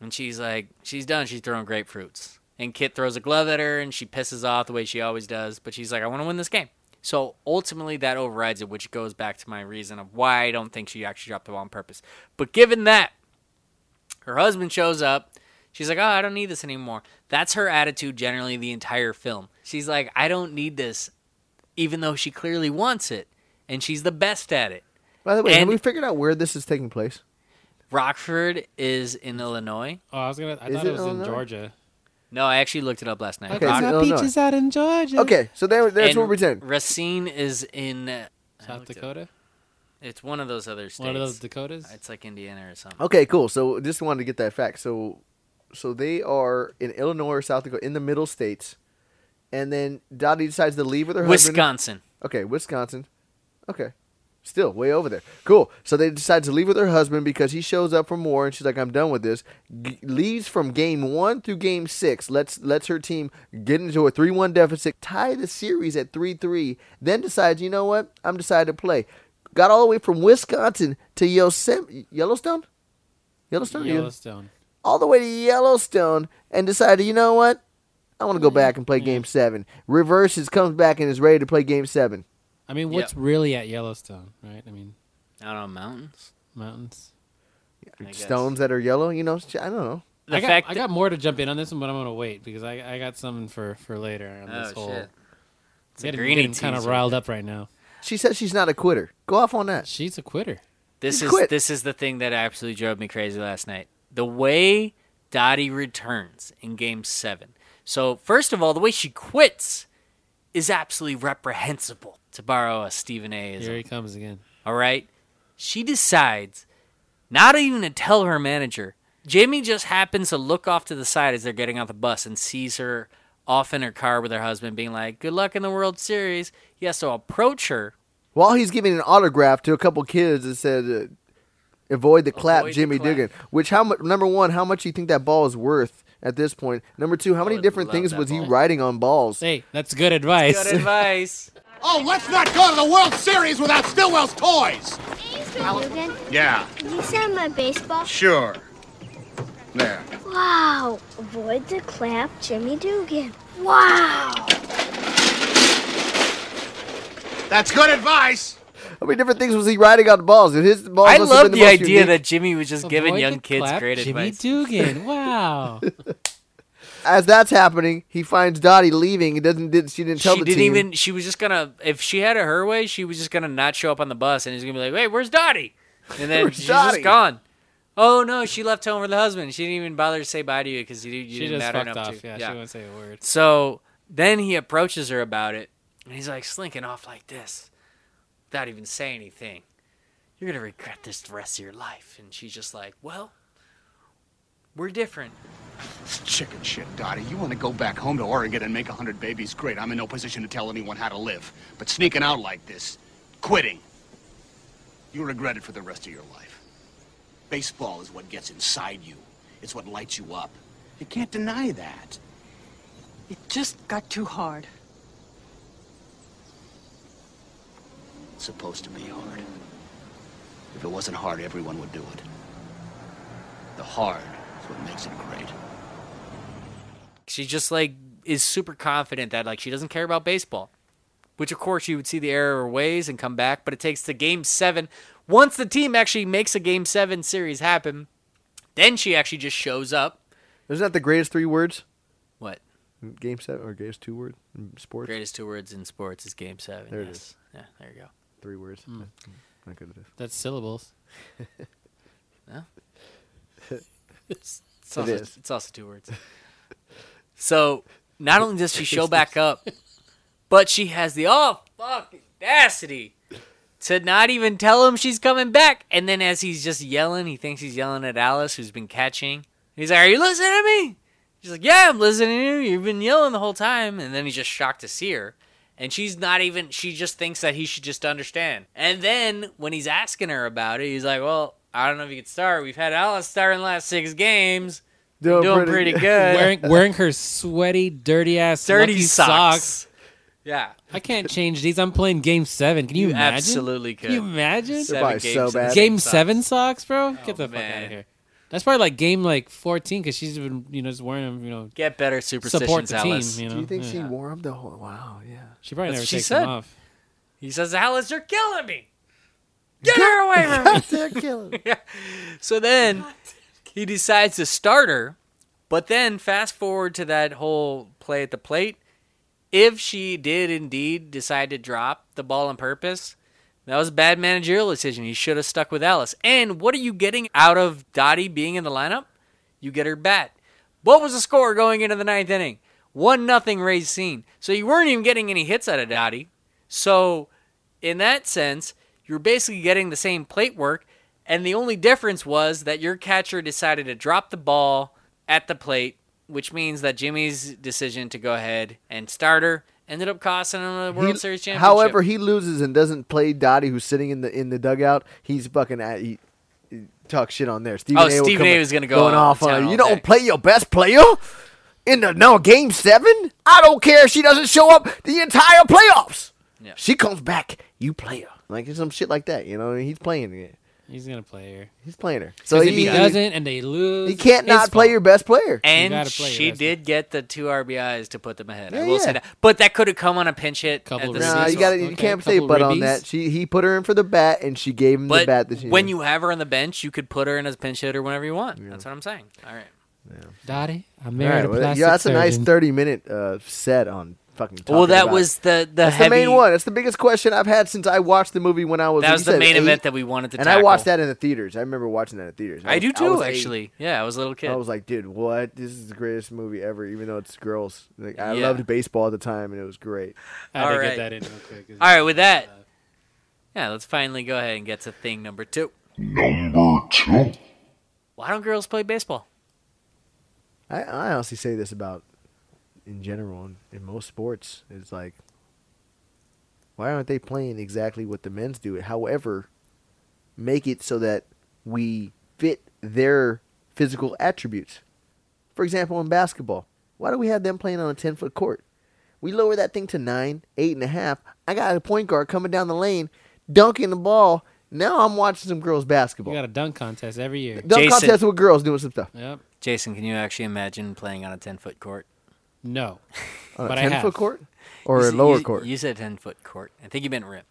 Speaker 2: And she's like, she's done. She's throwing grapefruits. And Kit throws a glove at her and she pisses off the way she always does. But she's like, I want to win this game. So ultimately, that overrides it, which goes back to my reason of why I don't think she actually dropped the ball on purpose. But given that, her husband shows up. She's like, Oh, I don't need this anymore. That's her attitude generally the entire film. She's like, I don't need this, even though she clearly wants it. And she's the best at it.
Speaker 1: By the way, have
Speaker 2: And-
Speaker 1: we figured out where this is taking place?
Speaker 2: Rockford is in Illinois.
Speaker 3: Oh, I was gonna. I
Speaker 1: Is
Speaker 3: thought
Speaker 1: it
Speaker 3: it was in
Speaker 1: Illinois?
Speaker 3: Georgia.
Speaker 2: No, I actually looked it up last night.
Speaker 1: Okay, it's in Illinois.
Speaker 3: out in Georgia.
Speaker 1: Okay, so there, there's
Speaker 2: And
Speaker 1: what we're saying.
Speaker 2: Racine is in uh, I
Speaker 3: South
Speaker 2: looked it up.
Speaker 3: Dakota.
Speaker 2: It's one of those other states.
Speaker 3: One of those Dakotas.
Speaker 2: It's like Indiana or something.
Speaker 1: Okay, cool. So just wanted to get that fact. So, so they are in Illinois or South Dakota, in the middle states, and then Dottie decides to leave with her husband.
Speaker 2: Wisconsin.
Speaker 1: Okay, Wisconsin. Okay, still way over there. Cool. So they decide to leave with her husband because he shows up for more, and she's like, "I'm done with this." G- leaves from game one through game six. Lets lets her team get into a three-one deficit, tie the series at three-three. Then decides, you know what? I'm decided to play. Got all the way from Wisconsin to Yosem- Yellowstone. Yellowstone. or Yellow-
Speaker 3: Yellowstone.
Speaker 1: all the way to Yellowstone and decided, you know what? I want to go back and play game seven. Reverses comes back and is ready to play game seven.
Speaker 3: I mean, what's really at Yellowstone, right? I mean,
Speaker 2: Out on mountains.
Speaker 3: mountains.
Speaker 2: I guess.
Speaker 1: Stones that are yellow, you know, I don't know.
Speaker 2: The
Speaker 3: I got,
Speaker 2: fact
Speaker 3: I
Speaker 2: that-
Speaker 3: got more to jump in on this one, but I'm gonna wait because I, I got something for, for later on this
Speaker 2: oh
Speaker 3: whole.
Speaker 2: shit. It's a
Speaker 3: Getting,
Speaker 2: greenie
Speaker 3: kind of
Speaker 2: teaser.
Speaker 3: riled up right now.
Speaker 1: She says she's not a quitter. Go off on that.
Speaker 3: She's a quitter.
Speaker 2: This
Speaker 1: He
Speaker 2: is
Speaker 1: quit.
Speaker 2: this is the thing that absolutely drove me crazy last night. The way Dottie returns in game seven. So first of all, the way she quits is absolutely reprehensible, to borrow a Stephen A.
Speaker 3: Here he comes again.
Speaker 2: All right. She decides not even to tell her manager. Jamie just happens to look off to the side as they're getting off the bus and sees her off in her car with her husband, being like, Good luck in the World Series. He has to approach her.
Speaker 1: While he's giving an autograph to a couple kids that said, uh, "Avoid the clap,
Speaker 2: Avoid the
Speaker 1: Jimmy
Speaker 2: clap.
Speaker 1: Dugan." Which how much? Number one, how much do you think that ball is worth at this point? Number two, how many
Speaker 2: would
Speaker 1: different
Speaker 2: love
Speaker 1: things
Speaker 2: that
Speaker 1: was he
Speaker 2: ball.
Speaker 1: riding on balls?
Speaker 3: Hey, that's good advice.
Speaker 2: Good advice.
Speaker 7: Oh, let's not go to the World Series without Stillwell's toys.
Speaker 8: Dugan,
Speaker 7: Yeah,
Speaker 8: can you send my baseball?
Speaker 7: sure. There.
Speaker 8: Wow. Avoid the clap, Jimmy Dugan. Wow.
Speaker 7: That's good advice.
Speaker 1: How many different things was he riding on balls? And his balls
Speaker 2: I
Speaker 1: must have
Speaker 2: love
Speaker 1: been
Speaker 2: the,
Speaker 1: the most
Speaker 2: idea
Speaker 1: unique-
Speaker 2: that Jimmy was just giving
Speaker 3: Avoid
Speaker 2: young
Speaker 3: the
Speaker 2: kids
Speaker 3: clap,
Speaker 2: great
Speaker 3: Jimmy
Speaker 2: advice.
Speaker 3: Dugan. Wow.
Speaker 1: as that's happening, he finds Dottie leaving. He doesn't. Did, she didn't tell
Speaker 2: she
Speaker 1: the
Speaker 2: didn't
Speaker 1: team.
Speaker 2: even. She was just gonna. If she had it her way, she was just gonna not show up on the bus, and he's gonna be like, "Wait, where's Dottie?" And then
Speaker 1: Where's
Speaker 2: she's
Speaker 1: Dottie?
Speaker 2: just gone. Oh no, she left home with the husband. She didn't even bother to say bye to you because you, you
Speaker 3: she
Speaker 2: didn't
Speaker 3: just
Speaker 2: matter
Speaker 3: fucked
Speaker 2: enough
Speaker 3: off.
Speaker 2: to.
Speaker 3: Yeah, she won't say a word.
Speaker 2: So then he approaches her about it, and he's like slinking off like this, without even saying anything. You're gonna regret this the rest of your life. And she's just like, "Well, we're different."
Speaker 7: It's chicken shit, Dottie. You want to go back home to Oregon and make a hundred babies? Great. I'm in no position to tell anyone how to live. But sneaking out like this, quitting, you'll regret it for the rest of your life. Baseball is what gets inside you. It's what lights you up. You can't deny that.
Speaker 5: It just got too hard.
Speaker 7: It's supposed to be hard. If it wasn't hard, everyone would do it. The hard is what makes it great.
Speaker 2: she just like is super confident that like she doesn't care about baseball which of course you would see the error of ways and come back but it takes to game seven once the team actually makes a game seven series happen then she actually just shows up
Speaker 1: Isn't that the greatest three words?
Speaker 2: what
Speaker 1: Game seven or greatest two word in sports?
Speaker 2: greatest two words in sports is game seven
Speaker 1: There it
Speaker 2: yes.
Speaker 1: is.
Speaker 2: yeah there you go
Speaker 1: Three words.
Speaker 2: Mm.
Speaker 1: Not good at this.
Speaker 3: That's syllables.
Speaker 2: It's also,
Speaker 1: is.
Speaker 2: It's also two words. so not only does she show back up, but she has the all fucking audacity to not even tell him she's coming back. And then as he's just yelling, he thinks he's yelling at Alice, who's been catching. He's like, "Are you listening to me?" She's like, "Yeah, I'm listening to you. You've been yelling the whole time." And then he's just shocked to see her. And she's not even, she just thinks that he should just understand. And then when he's asking her about it, he's like, Well, I don't know if you could start. We've had Alice start in the last six games
Speaker 1: Doing,
Speaker 2: doing pretty, good.
Speaker 3: Wearing wearing her sweaty, dirty ass
Speaker 2: dirty
Speaker 3: lucky
Speaker 2: socks. Yeah,
Speaker 3: I can't change these. I'm playing game seven. Can you,
Speaker 2: you
Speaker 3: imagine?
Speaker 2: absolutely could.
Speaker 3: Can you imagine?
Speaker 1: They're probably
Speaker 2: games
Speaker 1: so
Speaker 2: in
Speaker 1: bad.
Speaker 3: Game
Speaker 2: socks.
Speaker 3: seven socks, bro. Get the
Speaker 2: Oh,
Speaker 3: fuck out
Speaker 2: man.
Speaker 3: of here. That's probably like game like fourteen because she's been you know just wearing them you know
Speaker 2: Get better superstitions,
Speaker 3: support the
Speaker 2: Alice.
Speaker 3: team. You know?
Speaker 1: Do you think
Speaker 3: Yeah.
Speaker 1: she wore him the whole? Wow, yeah.
Speaker 3: She
Speaker 2: That's
Speaker 3: probably never
Speaker 2: what she
Speaker 3: takes
Speaker 2: said.
Speaker 3: them off.
Speaker 2: He says, "Alice, you're killing me. Get her away from me."
Speaker 1: They're killing. me.
Speaker 2: So then he decides to start her, but then fast forward to that whole play at the plate. If she did indeed decide to drop the ball on purpose, that was a bad managerial decision. He should have stuck with Alice. And what are you getting out of Dottie being in the lineup? You get her bat. What was the score going into the ninth inning? One nothing Racine. So you weren't even getting any hits out of Dottie. So in that sense, you're basically getting the same plate work, and the only difference was that your catcher decided to drop the ball at the plate, which means that Jimmy's decision to go ahead and start her ended up costing him the World
Speaker 1: He-
Speaker 2: Series championship.
Speaker 1: However, he loses and doesn't play Dottie, who's sitting in the in the dugout. He's fucking at. He, he talk shit on there. Stephen
Speaker 2: Oh,
Speaker 1: A. will
Speaker 2: Stephen
Speaker 1: come
Speaker 2: A.
Speaker 1: in-
Speaker 2: was gonna go
Speaker 1: going
Speaker 2: on
Speaker 1: off
Speaker 2: town
Speaker 1: on. her.
Speaker 2: all
Speaker 1: You don't
Speaker 2: day."
Speaker 1: play your best player in the no game seven. I don't care if she doesn't show up the entire playoffs.
Speaker 2: Yeah.
Speaker 1: She comes back. You play her like some shit like that. You know, and he's playing it.
Speaker 3: He's gonna play her.
Speaker 1: He's playing her. So he,
Speaker 3: if he
Speaker 1: he,
Speaker 3: doesn't and they lose,
Speaker 1: can't
Speaker 3: it's
Speaker 1: not play
Speaker 3: fault.
Speaker 1: your best player.
Speaker 2: And
Speaker 3: gotta play
Speaker 2: she
Speaker 3: your best
Speaker 2: did get the two RBIs to put them ahead. I
Speaker 1: Yeah,
Speaker 2: will
Speaker 1: yeah.
Speaker 2: say that, but that could have come on a pinch hit.
Speaker 3: Couple
Speaker 2: at the
Speaker 3: ribbies.
Speaker 1: Nah,
Speaker 2: six.
Speaker 1: you got to
Speaker 3: Okay,
Speaker 1: You can't say
Speaker 3: couple
Speaker 1: but on
Speaker 3: ribbies.
Speaker 1: that. She he put her in for the bat, and she gave him the
Speaker 2: But
Speaker 1: bat that she
Speaker 2: when you have her on the bench, you could put her in as a pinch hitter whenever you want. That's what I'm saying. All right.
Speaker 3: Dottie, I
Speaker 1: All right,
Speaker 3: married
Speaker 1: well,
Speaker 3: a plastic
Speaker 1: yeah, that's a nice
Speaker 3: surgeon.
Speaker 1: thirty minute uh, set on fucking.
Speaker 2: well,
Speaker 1: talking
Speaker 2: that
Speaker 1: about-
Speaker 2: was the the
Speaker 1: that's
Speaker 2: heavy
Speaker 1: the main one. That's the biggest question I've had since I watched the movie when I was.
Speaker 2: That
Speaker 1: like
Speaker 2: was
Speaker 1: you
Speaker 2: the
Speaker 1: said,
Speaker 2: main
Speaker 1: eight,
Speaker 2: event that we wanted to.
Speaker 1: and
Speaker 2: tackle.
Speaker 1: I watched that in the theaters. I remember watching that in theaters.
Speaker 2: I do
Speaker 1: was-
Speaker 2: too,
Speaker 1: was eight.
Speaker 2: actually. Yeah, I was a little kid.
Speaker 1: I was like, dude, what? This is the greatest movie ever, even though it's girls. Like, I
Speaker 2: Yeah.
Speaker 1: loved baseball at the time, and it was great.
Speaker 3: I had to
Speaker 2: Alright.
Speaker 3: get that in real quick. 'cause-
Speaker 2: All right, with that, yeah, let's finally go ahead and get to thing number two.
Speaker 4: Number two.
Speaker 2: Why don't girls play baseball?
Speaker 1: I, I honestly say this about in general in, in most sports. It's like, why aren't they playing exactly what the men's do? However, make it so that we fit their physical attributes. For example, in basketball, why do we have them playing on a 10 foot court? We lower that thing to nine, eight and a half. I got a point guard coming down the lane, dunking the ball. Now I'm watching some girls
Speaker 3: You
Speaker 1: basketball.
Speaker 3: got a dunk contest every year.
Speaker 1: Dunk
Speaker 2: Jason-
Speaker 1: contest with girls doing some stuff.
Speaker 3: Yep.
Speaker 2: Jason, can you actually imagine playing on a ten foot court?
Speaker 3: No.
Speaker 1: On
Speaker 3: But I
Speaker 1: a 10
Speaker 3: have.
Speaker 1: foot court? Or
Speaker 2: You
Speaker 1: a
Speaker 2: s-
Speaker 1: lower
Speaker 2: you-
Speaker 1: court?
Speaker 2: You said ten foot court. I think you meant rip.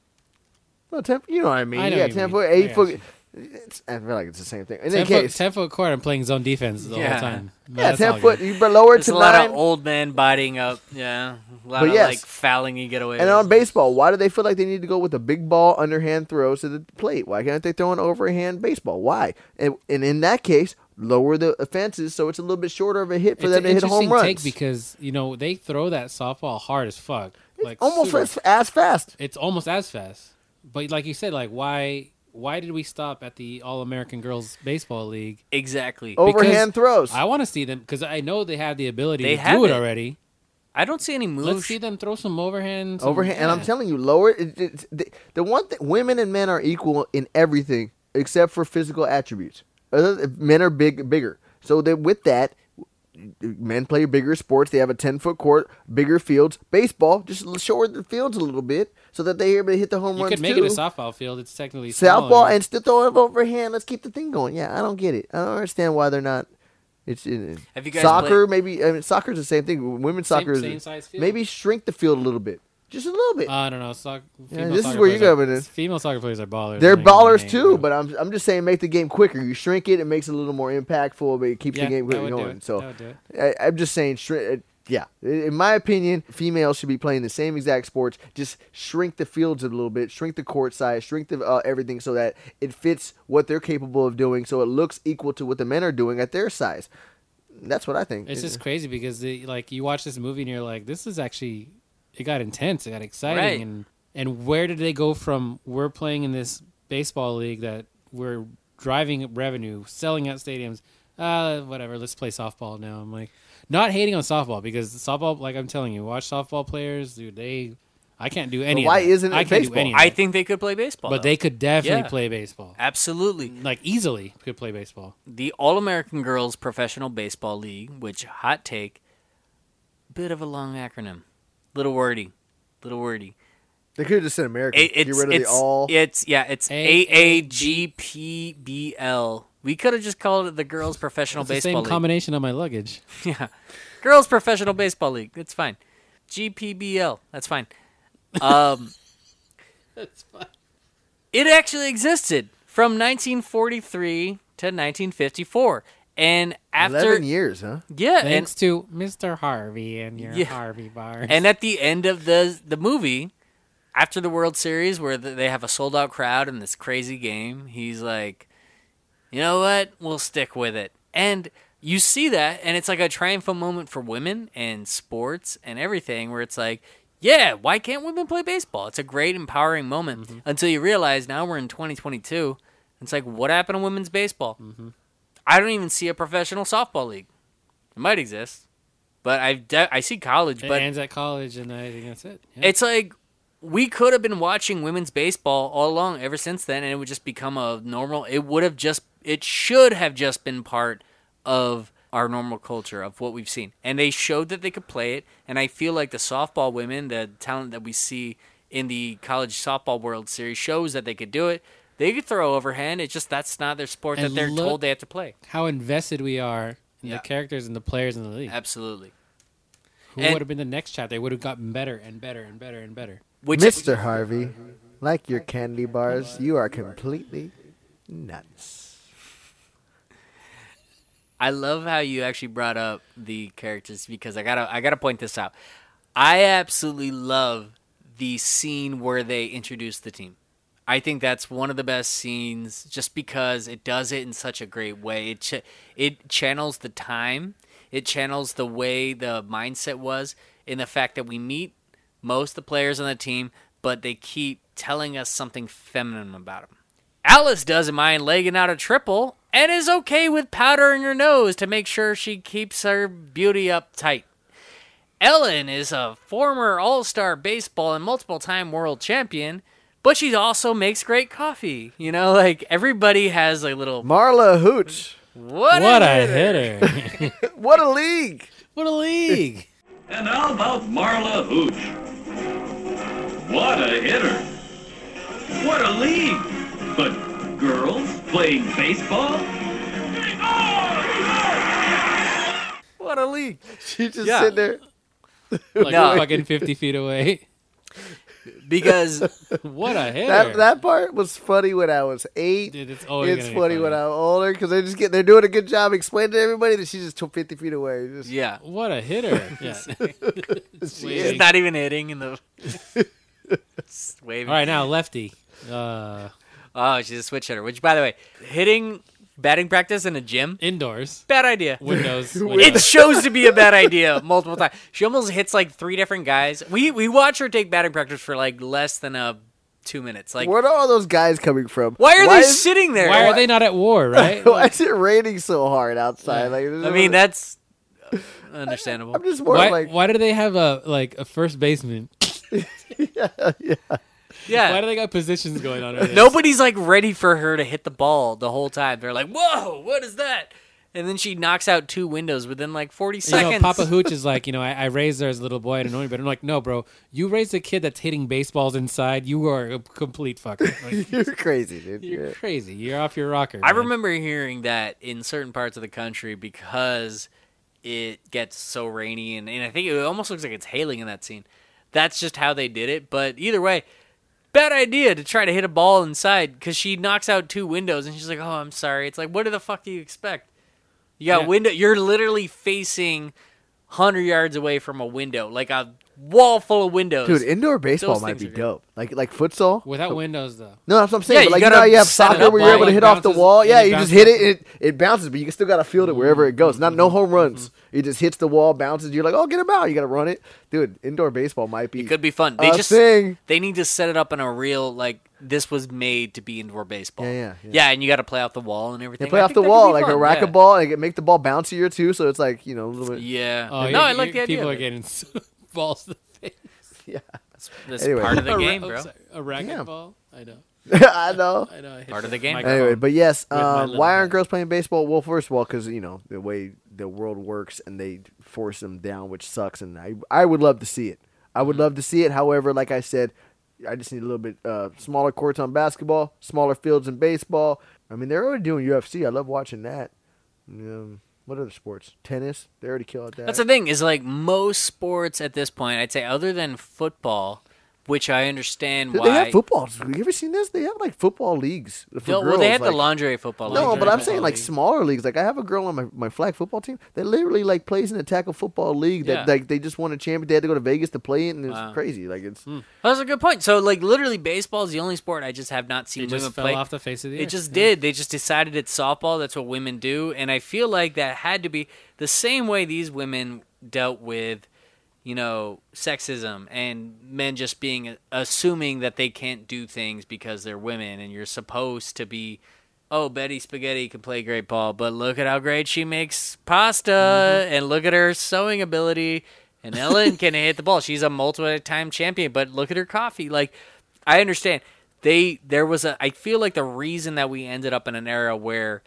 Speaker 1: No, ten. You know what I mean?
Speaker 3: I know
Speaker 1: yeah,
Speaker 3: what you
Speaker 1: ten
Speaker 3: mean.
Speaker 1: foot,
Speaker 3: I
Speaker 1: eight
Speaker 3: got
Speaker 1: foot.
Speaker 3: you.
Speaker 1: It's, I feel like it's the same thing. In any
Speaker 3: Ten foot,
Speaker 1: case,
Speaker 3: ten foot court. I'm playing zone defense the
Speaker 2: Yeah.
Speaker 3: whole time. But
Speaker 1: yeah,
Speaker 3: that's all
Speaker 1: ten
Speaker 3: good.
Speaker 1: foot. You lower it
Speaker 2: There's
Speaker 1: to
Speaker 2: a lot
Speaker 1: nine.
Speaker 2: of old men biting up. Yeah, a lot
Speaker 1: But
Speaker 2: of
Speaker 1: yes.
Speaker 2: like fouling you get away.
Speaker 1: and
Speaker 2: with.
Speaker 1: on baseball, why do they feel like they need to go with a big ball underhand throw to the plate? Why can't they throw an overhand baseball? Why? And, and in that case, lower the offenses so it's a little bit shorter of a hit for
Speaker 3: It's
Speaker 1: them
Speaker 3: an
Speaker 1: to hit home
Speaker 3: interesting
Speaker 1: runs.
Speaker 3: take because you know they throw that softball hard as fuck. Like
Speaker 1: Almost
Speaker 3: super.
Speaker 1: as, as fast.
Speaker 3: it's almost as fast. But like you said, like why why did we stop at the All American Girls Baseball League?
Speaker 2: exactly.
Speaker 1: Oh.
Speaker 2: Oh.
Speaker 3: Because
Speaker 1: Overhand throws.
Speaker 3: I want to see them because I know they have the ability
Speaker 2: They
Speaker 3: to
Speaker 2: have
Speaker 3: do it,
Speaker 2: it.
Speaker 3: already.
Speaker 2: I don't see any moves.
Speaker 3: Let's see them throw some overhand. some-
Speaker 1: overhand. And I'm
Speaker 3: yeah.
Speaker 1: telling you, lower. It, it, the, the one thing, women and men are equal in everything except for physical attributes. Other, men are big, bigger. So that with that, men play bigger sports. They have a ten foot court, bigger fields. Baseball just l- shorten the fields a little bit so that they're able to hit the home
Speaker 3: you
Speaker 1: runs
Speaker 3: could make
Speaker 1: too.
Speaker 3: it a Oh, softball field. It's technically
Speaker 1: Southpaw
Speaker 3: smaller.
Speaker 1: and still throw it overhand. Let's keep the thing going. Yeah, I don't get it. I don't understand why they're not. It's in
Speaker 2: Have you guys
Speaker 1: soccer. Maybe I mean, soccer's the same thing. Women's
Speaker 3: Same-
Speaker 1: soccer is
Speaker 3: same size field.
Speaker 1: maybe shrink the field a little bit, just a little bit.
Speaker 3: I don't know. Soc- female
Speaker 1: this is
Speaker 3: soccer
Speaker 1: where you
Speaker 3: players are-
Speaker 1: go with this.
Speaker 3: Female soccer players are ballers.
Speaker 1: They're
Speaker 3: Like, you know what I
Speaker 1: ballers
Speaker 3: mean,
Speaker 1: too,
Speaker 3: bro.
Speaker 1: but I'm I'm just saying make the game quicker. You shrink it, it makes it a little more impactful, but it keeps
Speaker 3: Yeah,
Speaker 1: the game
Speaker 3: that would do
Speaker 1: going.
Speaker 3: it. That
Speaker 1: So
Speaker 3: would do it.
Speaker 1: I, I'm just saying, shri- uh, yeah. In my opinion, females should be playing the same exact sports. Just shrink the fields a little bit, shrink the court size, shrink the uh, everything so that it fits what they're capable of doing. So it looks equal to what the men are doing at their size. That's what I think.
Speaker 3: It's just crazy because the, like you watch this movie and you're like, this is actually it got intense, it got exciting,
Speaker 2: Right.
Speaker 3: and and where did they go from we're playing in this baseball league that we're driving revenue, selling out stadiums, uh, whatever. Let's play softball now. I'm like, not hating on softball because softball, like I'm telling you, watch softball players, dude. They, I can't do any. of
Speaker 1: why
Speaker 3: that.
Speaker 1: isn't it
Speaker 3: I can't
Speaker 1: baseball?
Speaker 3: do any? of
Speaker 2: I
Speaker 3: that.
Speaker 2: think they could play baseball,
Speaker 3: but they
Speaker 2: though.
Speaker 3: could definitely
Speaker 2: Yeah.
Speaker 3: play baseball,
Speaker 2: absolutely.
Speaker 3: like easily could play baseball.
Speaker 2: the All American Girls Professional Baseball League, which hot take, bit of a long acronym, little wordy, little wordy.
Speaker 1: they could have just said American.
Speaker 2: It,
Speaker 1: Get
Speaker 2: it's
Speaker 1: rid of the
Speaker 2: it's
Speaker 1: all.
Speaker 2: it's yeah it's A A G P B L. We could have just called it the Girls Professional
Speaker 3: It's the
Speaker 2: Baseball
Speaker 3: same
Speaker 2: League.
Speaker 3: combination on my luggage.
Speaker 2: yeah, Girls Professional Baseball League. That's fine. G P B L. That's fine. Um,
Speaker 3: That's fine.
Speaker 2: it actually existed from 1943 to 1954, and after
Speaker 1: Eleven years, huh?
Speaker 2: yeah, and
Speaker 3: Thanks to Mr. Harvey and your
Speaker 2: Yeah.
Speaker 3: Harvey bar.
Speaker 2: And at the end of the the movie, after the World Series, where th- they have a sold out crowd in this crazy game, he's like, "You know what? We'll stick with it." And you see that, and it's like a triumphant moment for women and sports and everything, where it's like, "Yeah, why can't women play baseball?" It's a great empowering moment until you realize now we're in 2022. It's like, what happened to women's baseball? I don't even see a professional softball league. It might exist, but I de- I see college,
Speaker 3: it
Speaker 2: but
Speaker 3: ends at college, and I think that's it. Yeah.
Speaker 2: it's like we could have been watching women's baseball all along ever since then, and it would just become a normal. It would have just, it should have just been part of our normal culture of what we've seen. And they showed that they could play it. And I feel like the softball women, the talent that we see in the college softball world series, shows that they could do it. They could throw overhand. It's just that's not their sport that
Speaker 3: And
Speaker 2: they're
Speaker 3: look-
Speaker 2: told they have to play.
Speaker 3: How invested we are in
Speaker 2: Yeah.
Speaker 3: the characters and the players in the league.
Speaker 2: Absolutely.
Speaker 3: Who
Speaker 2: and-
Speaker 3: would have been the next chapter? They would have gotten better and better and better and better.
Speaker 2: Which
Speaker 1: Mr. Harvey, like your candy bars, you are completely nuts.
Speaker 2: I love how you actually brought up the characters because I gotta I gotta point this out. I absolutely love the scene where they introduce the team. I think that's one of the best scenes just because it does it in such a great way. It ch- it channels the time, it channels the way the mindset was in the fact that we meet most of the players on the team, but they keep telling us something feminine about them. Alice doesn't mind legging out a triple and is okay with powder in her nose to make sure she keeps her beauty up tight. Ellen is a former All Star baseball and multiple time world champion, but she also makes great coffee. You know, like everybody has a little.
Speaker 1: Marla Hooch,
Speaker 2: What,
Speaker 3: what
Speaker 2: a
Speaker 3: a
Speaker 2: hitter.
Speaker 3: hitter!
Speaker 1: what a league!
Speaker 3: what a league!
Speaker 9: And how about Marla Hooch? What a hitter! What a league! But girls playing baseball?
Speaker 2: What a league.
Speaker 1: She just
Speaker 2: Yeah.
Speaker 1: sit there.
Speaker 3: like
Speaker 2: No.
Speaker 3: fucking 50 feet away.
Speaker 2: Because
Speaker 3: What a hitter.
Speaker 1: That that part was funny when I was eight.
Speaker 3: Dude, it's always
Speaker 1: it's
Speaker 3: gonna
Speaker 1: funny,
Speaker 3: be
Speaker 1: when I'm older because they just get they're doing a good job explaining to everybody that she's just tw- fifty feet away. Just,
Speaker 2: yeah,
Speaker 3: What a hitter. Yeah.
Speaker 2: she's
Speaker 3: Waving.
Speaker 2: not even hitting in the. Just waving.
Speaker 3: All right, now lefty. Uh,
Speaker 2: Oh, she's a switch hitter. Which, by the way, hitting batting practice in a gym,
Speaker 3: indoors.
Speaker 2: bad idea.
Speaker 3: Windows.
Speaker 2: It
Speaker 3: windows.
Speaker 2: shows to be a bad idea multiple times. She almost hits like three different guys. We we watch her take batting practice for like less than a two minutes. Like,
Speaker 1: Where are all those guys coming from?
Speaker 2: why are they
Speaker 1: is,
Speaker 2: sitting there?
Speaker 3: Why are they not at war, right?
Speaker 1: Why is it raining so hard outside? Like,
Speaker 2: I mean, that's understandable.
Speaker 1: I'm just more
Speaker 3: Why,
Speaker 1: like
Speaker 3: why do they have a like a first baseman? Why
Speaker 2: yeah.
Speaker 3: do they got positions going on? over there?
Speaker 2: Nobody's like ready for her to hit the ball the whole time. They're like, "Whoa, what is that?" And then she knocks out two windows within like forty
Speaker 3: You
Speaker 2: seconds.
Speaker 3: know, Papa Hooch is like, you know, I, I raised her as a little boy. I didn't know any better. I'm like, no, bro, you raised a kid that's hitting baseballs inside. You are a complete fucker. Like,
Speaker 1: you're crazy, dude.
Speaker 3: you're
Speaker 1: Yeah.
Speaker 3: crazy. You're off your rocker.
Speaker 2: I
Speaker 3: man.
Speaker 2: remember hearing that in certain parts of the country because it gets so rainy and, and I think it almost looks like it's hailing in that scene. That's just how they did it. But either way, bad idea to try to hit a ball inside because she knocks out two windows and she's like, "Oh, I'm sorry." It's like, what the fuck do you expect? You got
Speaker 3: Yeah.
Speaker 2: window. You're literally facing hundred yards away from a window, like a wall full of windows.
Speaker 1: Dude, indoor baseball
Speaker 2: Those
Speaker 1: might
Speaker 2: things
Speaker 1: be
Speaker 2: are good.
Speaker 1: dope. Like like futsal.
Speaker 3: Without windows, though.
Speaker 1: No, that's what I'm
Speaker 2: Yeah,
Speaker 1: saying.
Speaker 2: you
Speaker 1: but like you
Speaker 2: gotta
Speaker 1: know, how you have
Speaker 2: set it
Speaker 1: soccer
Speaker 2: up
Speaker 1: where you're
Speaker 2: wide.
Speaker 1: able to hit off the
Speaker 3: Bounces-
Speaker 1: wall.
Speaker 3: and
Speaker 1: Yeah,
Speaker 3: it
Speaker 1: you just
Speaker 3: bounces
Speaker 1: hit it. and It it bounces, but you still gotta field it wherever it goes. Not no home runs.
Speaker 2: Mm-hmm.
Speaker 1: You just hits the wall, bounces. You're like, oh, get him out. You gotta run it, dude. Indoor baseball might be
Speaker 2: It could be fun. They
Speaker 1: a
Speaker 2: just
Speaker 1: thing.
Speaker 2: they need to set it up in a real like this was made to be indoor baseball.
Speaker 1: Yeah, yeah, yeah.
Speaker 2: and you got to play off the wall and everything.
Speaker 1: They play
Speaker 2: I
Speaker 1: off
Speaker 2: think
Speaker 1: the
Speaker 2: that could
Speaker 1: wall
Speaker 2: be
Speaker 1: like a
Speaker 2: fun,
Speaker 1: racket
Speaker 2: yeah.
Speaker 1: ball. Like it make the ball bouncier too. So it's like you know a little bit.
Speaker 2: Yeah.
Speaker 3: Oh,
Speaker 2: no,
Speaker 3: yeah,
Speaker 2: I like the
Speaker 3: you're-
Speaker 2: idea.
Speaker 3: People
Speaker 2: of it.
Speaker 3: are getting balls to the face.
Speaker 2: That's
Speaker 1: Anyway.
Speaker 2: part of the
Speaker 3: A ra-
Speaker 2: game,
Speaker 3: oh,
Speaker 2: bro.
Speaker 3: sorry, a racket
Speaker 1: Yeah.
Speaker 3: ball. I know.
Speaker 1: I know.
Speaker 3: I know. I hit
Speaker 2: Part of
Speaker 3: the
Speaker 2: the game.
Speaker 3: microphone.
Speaker 1: Anyway, but yes,
Speaker 3: my
Speaker 1: um,
Speaker 3: little
Speaker 1: why aren't
Speaker 3: head.
Speaker 1: girls playing baseball? Well, first of all, because you know the way the world works, and they force them down, which sucks. And I, I would love to see it. I would love to see it. However, like I said, I just need a little bit uh, smaller courts on basketball, smaller fields in baseball. I mean, they're already doing UFC. I love watching that. Um, what other sports? Tennis. They already killed that.
Speaker 2: That's the thing is like most sports at this point, I'd say, other than football, which I understand
Speaker 1: Dude,
Speaker 2: why.
Speaker 1: they have football. Have you ever seen this? They have like football leagues for
Speaker 2: No,
Speaker 1: girls.
Speaker 2: well, they had
Speaker 1: like-
Speaker 2: the lingerie football.
Speaker 1: No,
Speaker 2: league.
Speaker 1: but I'm
Speaker 3: football
Speaker 1: saying like
Speaker 3: league.
Speaker 1: smaller leagues. Like I have a girl on my, my flag football team that literally like plays in a tackle football league that
Speaker 2: Yeah.
Speaker 1: like they just won a champion. They had to go to Vegas to play it, and it's
Speaker 2: Wow.
Speaker 1: crazy. Like it's
Speaker 3: Hmm.
Speaker 2: that's a good point. So like literally, baseball is the only sport I just have not seen
Speaker 3: It
Speaker 2: women
Speaker 3: just fell
Speaker 2: play.
Speaker 3: off the face of the earth.
Speaker 2: It just did. They just decided it's softball. That's what women do. And I feel like that had to be the same way these women dealt with, you know, sexism and men just being assuming that they can't do things because they're women and you're supposed to be. Oh, Betty Spaghetti can play great ball, but look at how great she makes pasta, and look at her sewing ability. And Ellen can hit the ball. She's a multiple-time champion, but look at her coffee. Like, I understand. They there was a I feel like the reason that we ended up in an era where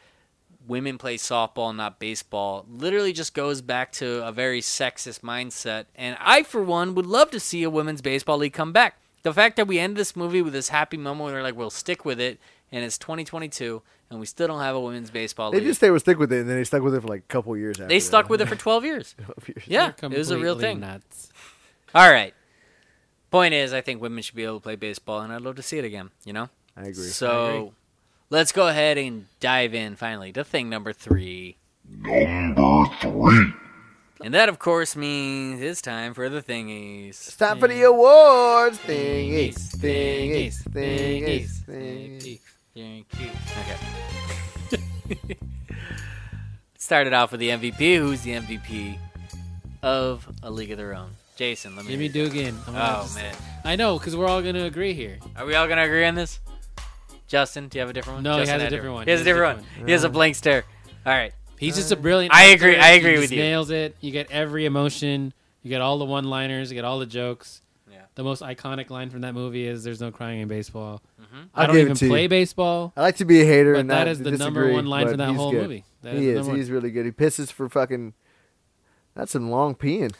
Speaker 2: women play softball not baseball literally just goes back to a very sexist mindset and I for one would love to see a women's baseball league come back. The fact that we end this movie with this happy moment where they're like we'll stick with it and it's 2022, and we still don't have a women's baseball
Speaker 1: They
Speaker 2: league.
Speaker 1: just they would stick with it, and then they stuck with it for like a couple years. After
Speaker 2: they stuck with it for 12 years.
Speaker 1: years.
Speaker 2: Yeah, it was a real
Speaker 3: Completely
Speaker 2: thing.
Speaker 3: Nuts.
Speaker 2: All right. Point is, I think women should be able to play baseball, and I'd love to see it again. You know.
Speaker 1: I agree.
Speaker 2: So, let's go ahead and dive in finally to thing number three,
Speaker 4: Number three.
Speaker 2: and that of course means it's time for the thingies.
Speaker 1: it's time for the awards. Thingies, thingies,
Speaker 3: Thingies,
Speaker 1: thingies,
Speaker 3: thingies,
Speaker 1: thingies.
Speaker 3: thingies.
Speaker 2: Okay. Started off with the MVP. Who's the MVP of A League of Their Own? Jason, let me.
Speaker 3: Jimmy Dugan. I'm gonna
Speaker 2: Oh
Speaker 3: just-
Speaker 2: man,
Speaker 3: I know, because we're all gonna agree here.
Speaker 2: are we all gonna agree on this? Justin, do you have a different one?
Speaker 3: No, he
Speaker 2: Justin
Speaker 3: has a
Speaker 2: had
Speaker 3: different one.
Speaker 2: He has a different one. He has a blank stare. All right.
Speaker 3: He's just a brilliant.
Speaker 2: Uh, I agree-
Speaker 3: actor.
Speaker 2: I
Speaker 3: He
Speaker 2: agree
Speaker 3: just
Speaker 2: with you.
Speaker 3: Nails it. You get every emotion. You get all the one-liners. You get all the jokes.
Speaker 2: Yeah.
Speaker 3: The most iconic line from that movie is "There's no crying in baseball."
Speaker 2: Mm-hmm.
Speaker 1: I'll
Speaker 3: I don't
Speaker 1: give it
Speaker 3: even
Speaker 1: to you.
Speaker 3: play baseball,
Speaker 1: I like to be a hater,
Speaker 3: but
Speaker 1: and not
Speaker 3: that is the number
Speaker 1: disagree,
Speaker 3: one line
Speaker 1: but
Speaker 3: for that
Speaker 1: he's
Speaker 3: whole
Speaker 1: good.
Speaker 3: movie. That
Speaker 1: he
Speaker 3: the
Speaker 1: is.
Speaker 3: number one.
Speaker 1: He's really good. He pisses for fucking. That's some long peeing.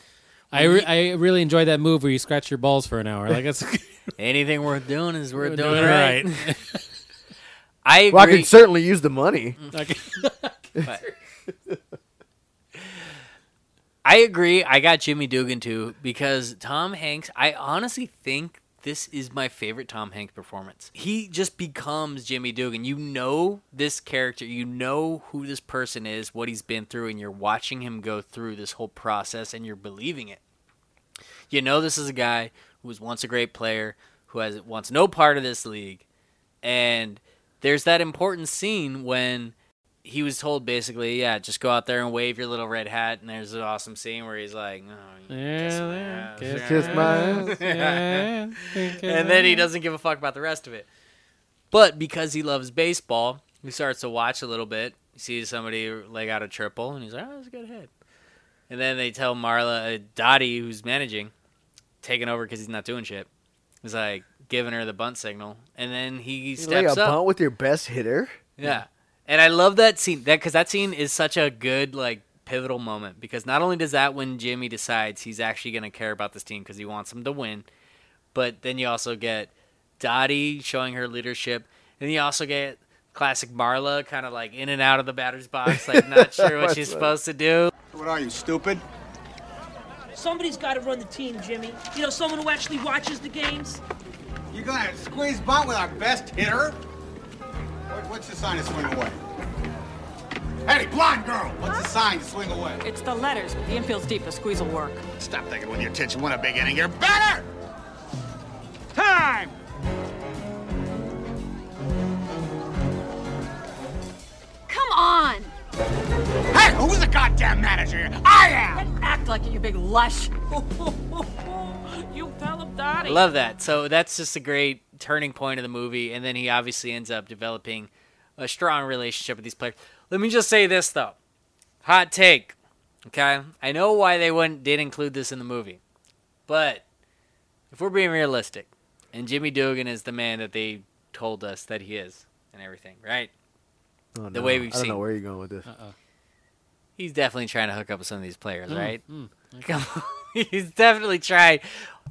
Speaker 3: I, re- I really enjoyed that move where you scratch your balls for an hour. Like that's
Speaker 2: Anything worth doing is worth
Speaker 3: We're
Speaker 2: doing,
Speaker 3: doing
Speaker 2: right. I agree.
Speaker 1: Well, I could certainly use the money.
Speaker 3: Like,
Speaker 2: but- I agree. I got Jimmy Dugan too because Tom Hanks. I honestly think this is my favorite Tom Hanks performance. He just becomes Jimmy Dugan. You know this character. You know who this person is, what he's been through, and you're watching him go through this whole process, and you're believing it. You know this is a guy who was once a great player who has wants no part of this league, and there's that important scene when he was told basically, yeah, just go out there and wave your little red hat. And there's an awesome scene where he's like, oh,
Speaker 3: yeah,
Speaker 2: kiss my ass.
Speaker 1: Kiss my ass.
Speaker 3: yeah, yeah.
Speaker 2: and then he doesn't give a fuck about the rest of it. But because he loves baseball, he starts to watch a little bit. He sees somebody leg out a triple, and he's like, oh, that's a good hit. And then they tell Marla, uh, Dottie, who's managing, taking over because he's not doing shit, is like giving her the bunt signal. And then he
Speaker 1: You lay a
Speaker 2: steps up.
Speaker 1: bunt with your best hitter.
Speaker 2: Yeah. And I love that scene that cuz that scene is such a good like pivotal moment because not only does that when Jimmy decides he's actually going to care about this team cuz he wants them to win, but then you also get Dottie showing her leadership and you also get classic Marla kind of like in and out of the batter's box like not sure what she's supposed to do.
Speaker 7: What are you, stupid?
Speaker 5: Somebody's got to run the team, Jimmy. You know, someone who actually watches the games.
Speaker 7: You're gonna squeeze butt with our best hitter? What, what's the sign to swing away? Hey, blonde girl! What's the sign to swing away?
Speaker 10: It's the letters. The infield's deep. The squeeze will work.
Speaker 7: Stop thinking with your tits you want a big inning. You're better! Time!
Speaker 10: Come on!
Speaker 7: Hey, who's the goddamn manager here? I am!
Speaker 10: Act like it, you big lush.
Speaker 5: you tell him, Dottie.
Speaker 2: Love that. So that's just a great turning point of the movie and then he obviously ends up developing a strong relationship with these players. Let me just say this though. Hot take. Okay? I know why they wouldn't did include this in the movie. But if we're being realistic, and Jimmy Dugan is the man that they told us that he is and everything, right?
Speaker 1: Oh,
Speaker 2: The
Speaker 1: no.
Speaker 2: way we've
Speaker 1: I don't know
Speaker 2: seen.
Speaker 1: where you're going with this.
Speaker 2: He's definitely trying to hook up with some of these
Speaker 3: Mm,
Speaker 2: players, right? Come on. He's definitely trying.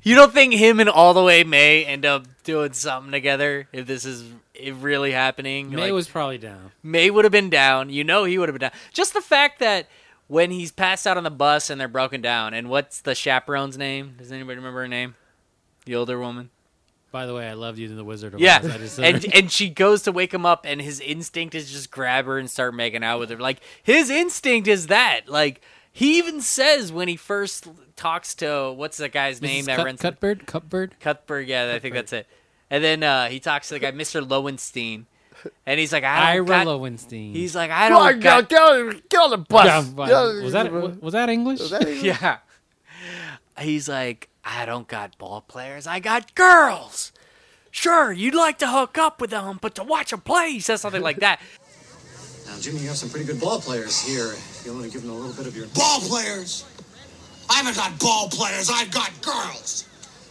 Speaker 2: You don't think him and All the Way May end up doing something together if this is it really happening?
Speaker 3: May
Speaker 2: Like-
Speaker 3: was probably down.
Speaker 2: May would have been down. You know he would have been down. Just the fact that when he's passed out on the bus and they're broken down, and what's the chaperone's name? Does anybody remember her name? The older woman.
Speaker 3: By the way, I loved you in the Wizard of
Speaker 2: Yeah,
Speaker 3: Oz. I just uh, said
Speaker 2: and and she goes to wake him up, and his instinct is just grab her and start making out with her. Like his instinct is that. Like he even says when he first talks to what's the guy's name
Speaker 3: Mrs.
Speaker 2: that
Speaker 3: Cut-
Speaker 2: rents
Speaker 3: Cutbird. Cutbird.
Speaker 2: Cuthbert. Yeah, I think that's it. And then uh, he talks to the guy, Mr. Lowenstein, and he's like, I don't
Speaker 3: Ira
Speaker 2: got-
Speaker 3: Lowenstein.
Speaker 2: He's like, I
Speaker 1: Come
Speaker 2: don't
Speaker 1: on,
Speaker 2: got-
Speaker 1: get, on- get on the bus.
Speaker 3: Yeah,
Speaker 1: Get
Speaker 3: fine.
Speaker 1: on-
Speaker 3: was that was that English?
Speaker 1: Was that even-
Speaker 2: Yeah. He's like, I don't got ball players. I got girls. Sure, you'd like to hook up with them, but to watch them play, he says something like that.
Speaker 11: Now, Jimmy, you have some pretty good ball players here. If you want to give them a little bit of your.
Speaker 7: Ball players! I haven't got ball players, I've got girls!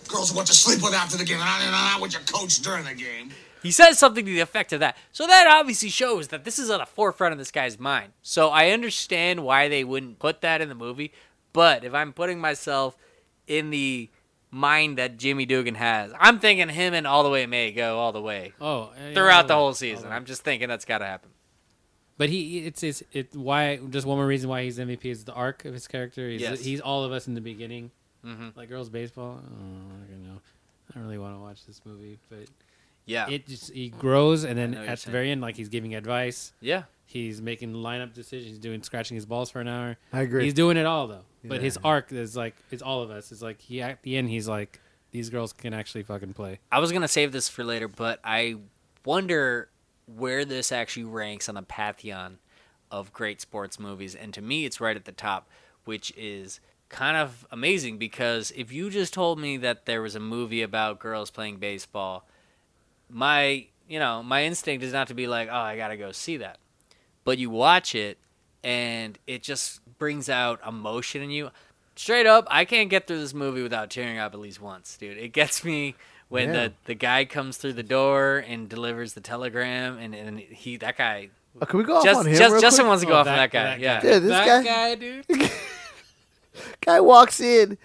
Speaker 7: Girls who want to sleep with after the game, and not, and not with your coach during the game.
Speaker 2: He says something to the effect of that. So that obviously shows that this is on the forefront of this guy's mind. So I understand why they wouldn't put that in the movie, but if I'm putting myself in the mind that Jimmy Dugan has. I'm thinking him and All the Way May go all the way.
Speaker 3: Oh, yeah, all
Speaker 2: throughout
Speaker 3: the
Speaker 2: the
Speaker 3: way,
Speaker 2: whole
Speaker 3: all
Speaker 2: season.
Speaker 3: the way.
Speaker 2: I'm just thinking that's got to happen.
Speaker 3: But he, it's his, it. Why? Just one more reason why he's MVP is the arc of his character. He's,
Speaker 2: Yes.
Speaker 3: he's all of us in the beginning.
Speaker 2: Mhm.
Speaker 3: Like girls baseball. Oh, I don't know. I don't really want to watch this movie, but
Speaker 2: Yeah.
Speaker 3: it just he grows, and
Speaker 2: I
Speaker 3: then
Speaker 2: know what you're
Speaker 3: at the
Speaker 2: saying.
Speaker 3: very end, like he's giving advice.
Speaker 2: Yeah.
Speaker 3: he's making lineup decisions. He's doing scratching his balls for an hour.
Speaker 1: I agree.
Speaker 3: He's doing it all though. But
Speaker 1: Yeah.
Speaker 3: his arc is like it's all of us. It's like he at the end he's like these girls can actually fucking play.
Speaker 2: I was gonna save this for later, but I wonder where this actually ranks on the pantheon of great sports movies. And to me, it's right at the top, which is kind of amazing because if you just told me that there was a movie about girls playing baseball, my you know my instinct is not to be like, oh, I gotta go see that. But you watch it, and it just brings out emotion in you. Straight up, I can't get through this movie without tearing up at least once, dude. It gets me
Speaker 1: Yeah.
Speaker 2: when the, the guy comes through the door and delivers the telegram, and, and he that guy.
Speaker 1: Uh, can we go off
Speaker 2: Just-
Speaker 1: on him?
Speaker 2: just-
Speaker 1: real
Speaker 2: Justin
Speaker 1: quick?
Speaker 2: wants to go off on that guy, yeah.
Speaker 1: Yeah, this
Speaker 3: Oh, that
Speaker 1: guy-
Speaker 3: dude.
Speaker 1: Guy walks in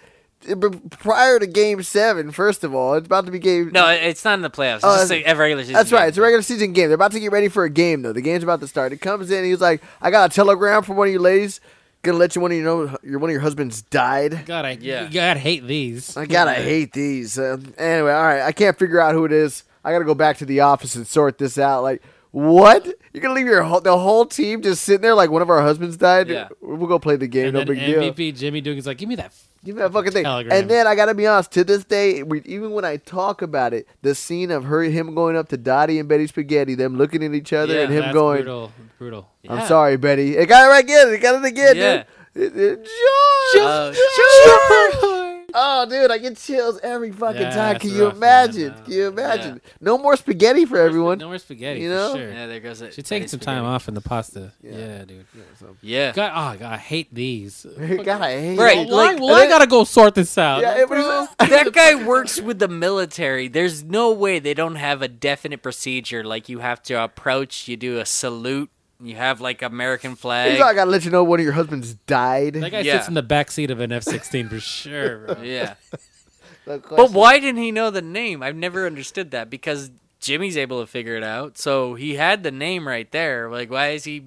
Speaker 1: uh, b- prior to Game Seven. First of all, it's about to be Game.
Speaker 2: No, it's not in the playoffs. It's
Speaker 1: Oh,
Speaker 2: just a, a regular season.
Speaker 1: That's
Speaker 2: game.
Speaker 1: right. It's a regular season game. They're about to get ready for a game, though. The game's about to start. It comes in. He's like, "I got a telegram from one of you ladies. Gonna let you one of you know your one of your husbands died.
Speaker 3: God, I
Speaker 2: Yeah.
Speaker 3: God I hate these.
Speaker 1: I gotta hate these. Uh, anyway, all right. I can't figure out who it is. I gotta go back to the office and sort this out. Like, what? You're gonna leave your whole, the whole team just sitting there like one of our husbands died?
Speaker 2: Yeah.
Speaker 1: We'll go play the game.
Speaker 3: And
Speaker 1: no
Speaker 3: then
Speaker 1: big deal.
Speaker 3: MVP Jimmy Dugan's like, give me that. f-
Speaker 1: Give me that fucking thing.
Speaker 3: Telegram.
Speaker 1: And then I gotta be honest. To this day, we, even when I talk about it, the scene of her, him going up to Dottie and Betty Spaghetti, them looking at each other,
Speaker 2: Yeah,
Speaker 1: and him
Speaker 3: That's
Speaker 1: going,
Speaker 3: brutal. Brutal.
Speaker 1: "I'm
Speaker 2: Yeah.
Speaker 1: sorry, Betty." It got it right again. It got it again,
Speaker 2: Yeah.
Speaker 1: dude. It- it- George.
Speaker 2: Uh,
Speaker 1: Oh, dude, I get chills every fucking
Speaker 3: Yeah,
Speaker 1: time.
Speaker 3: it's
Speaker 1: Can you
Speaker 3: rough, man.
Speaker 1: imagine?
Speaker 3: No.
Speaker 1: Can you imagine? No more spaghetti for everyone.
Speaker 3: No more spaghetti.
Speaker 1: You
Speaker 3: You
Speaker 1: know?
Speaker 3: know, for sure.
Speaker 2: Yeah, there goes it.
Speaker 3: Should take
Speaker 2: Betty
Speaker 3: some time
Speaker 2: Spaghetti.
Speaker 3: off in the pasta.
Speaker 1: Yeah.
Speaker 3: Yeah, dude.
Speaker 2: Yeah.
Speaker 3: God, oh, God, I hate these.
Speaker 1: God, I hate
Speaker 2: Right,
Speaker 1: it.
Speaker 2: like-
Speaker 3: Why? well, I gotta go sort this out.
Speaker 1: Yeah, it was-
Speaker 2: that guy works with the military. There's no way they don't have a definite procedure. Like you have to approach, you do a salute, you have like American
Speaker 1: He's
Speaker 2: flag.
Speaker 1: like, I gotta let you know one of your husbands died.
Speaker 3: That guy
Speaker 2: Yeah.
Speaker 3: sits in the back seat of an F sixteen for sure. Bro.
Speaker 2: yeah,
Speaker 1: No
Speaker 2: but
Speaker 1: question.
Speaker 2: why didn't he know the name? I've never understood that because Jimmy's able to figure it out. So he had the name right there. Like, why is he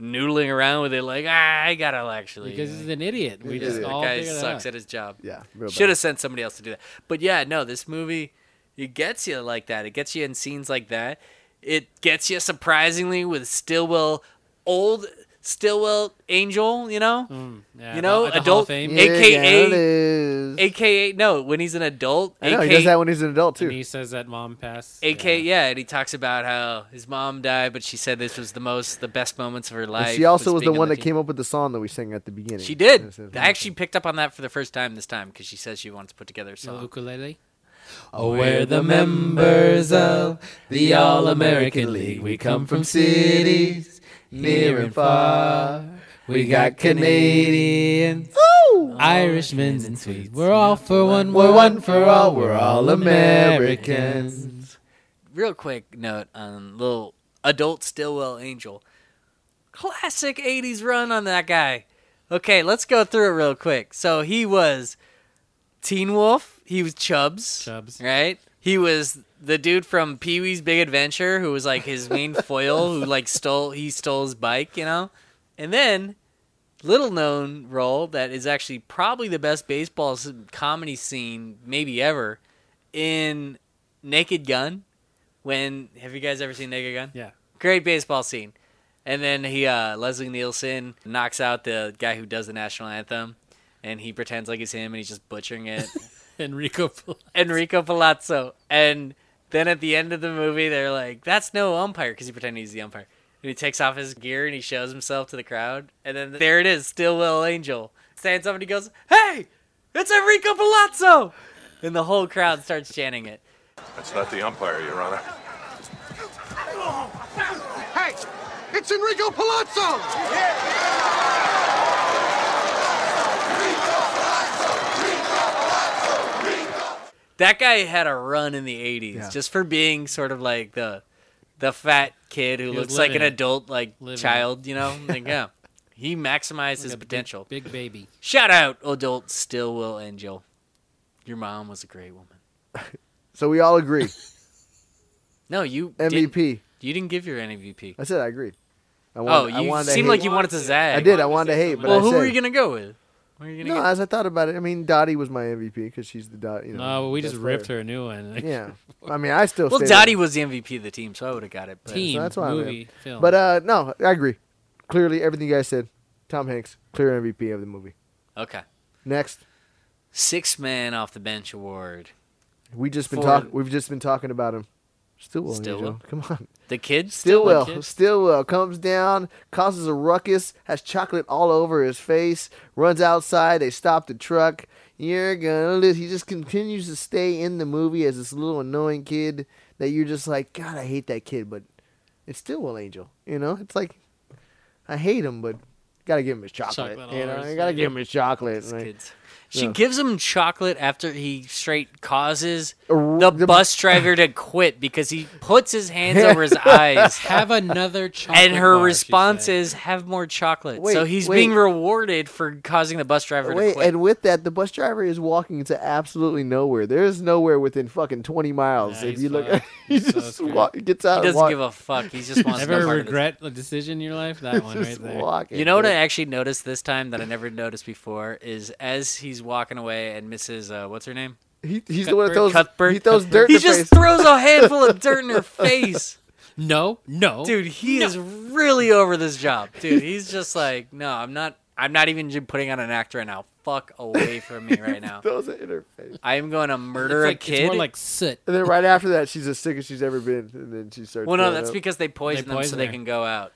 Speaker 2: noodling around with it? Like, ah, I gotta actually.
Speaker 3: Because he's an idiot. We
Speaker 2: Yeah,
Speaker 3: just
Speaker 2: that
Speaker 3: all
Speaker 2: guy
Speaker 3: figured it
Speaker 2: sucks
Speaker 3: out.
Speaker 2: at his job.
Speaker 1: Yeah, real
Speaker 2: Should
Speaker 1: bad.
Speaker 2: have sent somebody else to do that. But yeah, no, this movie it gets you like that. It gets you in scenes like that. It gets you surprisingly with Stillwell old Stillwell Angel, you know?
Speaker 1: Mm.
Speaker 3: Yeah,
Speaker 2: you know,
Speaker 3: at the Hall of
Speaker 2: adult-
Speaker 3: Fame.
Speaker 2: Yeah. AKA
Speaker 1: it is.
Speaker 2: AKA no, when he's an adult,
Speaker 1: I know he
Speaker 2: AKA
Speaker 1: does that when he's an adult
Speaker 3: And
Speaker 1: too.
Speaker 3: he says that mom passed.
Speaker 2: AKA yeah, and he talks about how his mom died, but she said this was the most the best moments of her life.
Speaker 1: And she also was the
Speaker 2: being on
Speaker 1: one that
Speaker 2: team.
Speaker 1: came up with the song that we sang at the beginning.
Speaker 2: She did.
Speaker 1: This is-
Speaker 2: I actually picked up on that for the first time this time because she says she wants to put together a
Speaker 3: No
Speaker 2: song.
Speaker 3: ukulele. Oh, we're the members of the All American League. We come from cities near and far. We got Canadians,
Speaker 2: Oh,
Speaker 3: Irishmen, and Swedes. We're all for one. We're one for all. We're all Americans.
Speaker 2: real quick note on little adult Stillwell Angel. Classic 80s run on that guy. Okay, let's go through it real quick. So he was Teen Wolf, he was Chubbs.
Speaker 3: Chubbs.
Speaker 2: Right? He was the dude from Pee Wee's Big Adventure who was like his main foil who like stole he stole his bike, you know? And then little known role that is actually probably the best baseball s- comedy scene maybe ever in Naked Gun when have you guys ever seen Naked Gun?
Speaker 3: Yeah.
Speaker 2: Great baseball scene. And then he uh, Leslie Nielsen knocks out the guy who does the national anthem and he pretends like it's him and he's just butchering it.
Speaker 3: Enrico. Pol-
Speaker 2: Enrico Palazzo. And then at the end of the movie they're like, That's no umpire because he pretended he's the umpire. And he takes off his gear and he shows himself to the crowd. And then there it is, Stillwell Angel. Stands up and he goes, Hey, it's Enrico Palazzo And the whole crowd starts chanting it.
Speaker 12: That's not the umpire, Your Honor.
Speaker 7: Hey, it's Enrico Palazzo!
Speaker 2: That guy had a run in the '80s just for being sort of like the the fat kid who
Speaker 3: was
Speaker 2: looks like an
Speaker 3: living it.
Speaker 2: adult, like
Speaker 3: Living it.
Speaker 2: child. You know, like yeah, he maximized his potential.
Speaker 3: Big, big baby.
Speaker 2: Shout out adult Stillwell Angel. Your mom was a great woman.
Speaker 1: So we all agree.
Speaker 2: No, you
Speaker 1: MVP.
Speaker 2: Didn't, you didn't give your MVP.
Speaker 1: I said I agreed. I
Speaker 2: oh,
Speaker 1: wanted-
Speaker 2: you
Speaker 1: I wanted to
Speaker 2: seemed
Speaker 1: hate.
Speaker 2: like you wanted to zag.
Speaker 1: I did. I wanted to hate, but
Speaker 2: well,
Speaker 1: I
Speaker 2: who
Speaker 1: said,
Speaker 2: were you gonna go with? Who were you
Speaker 1: No,
Speaker 2: gonna
Speaker 1: as I thought about it, I mean, Dottie was my MVP because she's the Dottie. You know,
Speaker 3: No, but we just
Speaker 1: best
Speaker 3: ripped
Speaker 1: player.
Speaker 3: her a new one.
Speaker 1: Yeah, I mean, I still.
Speaker 2: well,
Speaker 1: stay
Speaker 2: Dottie was the MVP of the team, so I would have got it. But
Speaker 1: with it, so
Speaker 3: Team,
Speaker 1: that's why
Speaker 3: movie,
Speaker 1: I'm
Speaker 3: film.
Speaker 1: But uh, no, I agree. Clearly, everything you guys said. Tom Hanks, clear MVP of the movie.
Speaker 2: Okay.
Speaker 1: Next,
Speaker 2: Six man off the bench award.
Speaker 1: we just been
Speaker 2: For-
Speaker 1: talking. We've just been talking about him. Stillwell,
Speaker 2: Stillwell?
Speaker 1: Angel. come on.
Speaker 2: The kids
Speaker 1: Stillwell,
Speaker 2: Kid?
Speaker 1: Stillwell, comes down, causes a ruckus, has chocolate all over his face, runs outside. They stop the truck. You're gonna lose. He just continues to stay in the movie as this little annoying kid that you're just like, God, I hate that kid, but it's Stillwell Angel. You know, it's like I hate him, but gotta give him his chocolate.
Speaker 3: Chocolate
Speaker 1: you
Speaker 3: all
Speaker 1: know,
Speaker 3: over
Speaker 1: I
Speaker 3: his
Speaker 1: gotta
Speaker 3: face.
Speaker 1: give him his chocolate.
Speaker 2: These
Speaker 1: and I-
Speaker 2: kids. She
Speaker 1: No.
Speaker 2: gives him chocolate after he straight causes
Speaker 1: A r-
Speaker 2: the
Speaker 1: the-
Speaker 2: bus driver to quit because he puts his hands over his eyes.
Speaker 3: Have another chocolate.
Speaker 2: And her
Speaker 3: bar, she
Speaker 2: response
Speaker 3: said.
Speaker 2: is, "Have more chocolate."
Speaker 1: Wait,
Speaker 2: so he's
Speaker 1: wait.
Speaker 2: being rewarded for causing the bus driver to
Speaker 1: Wait,
Speaker 2: quit.
Speaker 1: and with that, the bus driver is walking into absolutely nowhere. There is nowhere within fucking twenty miles.
Speaker 3: Yeah,
Speaker 1: if
Speaker 3: he's
Speaker 1: you look,
Speaker 3: fucked.
Speaker 1: he
Speaker 3: He's so
Speaker 1: just
Speaker 3: screwed.
Speaker 1: walk, gets out.
Speaker 2: he
Speaker 1: and
Speaker 2: doesn't
Speaker 1: walk-
Speaker 2: give a fuck. He just wants to
Speaker 3: Ever
Speaker 2: no part of this.
Speaker 3: regret a decision in your life? That one right
Speaker 1: Just
Speaker 3: there.
Speaker 1: walking,
Speaker 2: You know what I
Speaker 1: dude.
Speaker 2: actually noticed this time that I never noticed before is as he's walking away and Mrs. Uh, what's her name?
Speaker 1: He, he's the one that
Speaker 2: Cuthbert-
Speaker 1: throws.
Speaker 2: Cuthbert.
Speaker 1: He throws dirt.
Speaker 2: He
Speaker 1: in her
Speaker 2: just
Speaker 1: face.
Speaker 2: throws a handful of dirt in her face.
Speaker 3: No, no,
Speaker 2: Dude, he is really over this job. Dude, he's just like, no, I'm not. I'm not even j- putting on an act right now. Fuck away from me right now.
Speaker 1: throws it in her face.
Speaker 2: I am going to
Speaker 3: It's,
Speaker 2: murder
Speaker 3: like,
Speaker 2: a
Speaker 3: it's
Speaker 2: kid.
Speaker 3: more like soot.
Speaker 1: And then right after that, she's as sick as she's ever been. And then she starts.
Speaker 2: well, no,
Speaker 1: throwing
Speaker 2: that's
Speaker 1: up.
Speaker 2: because they poison them so
Speaker 3: poison
Speaker 2: they
Speaker 3: her.
Speaker 2: can go out.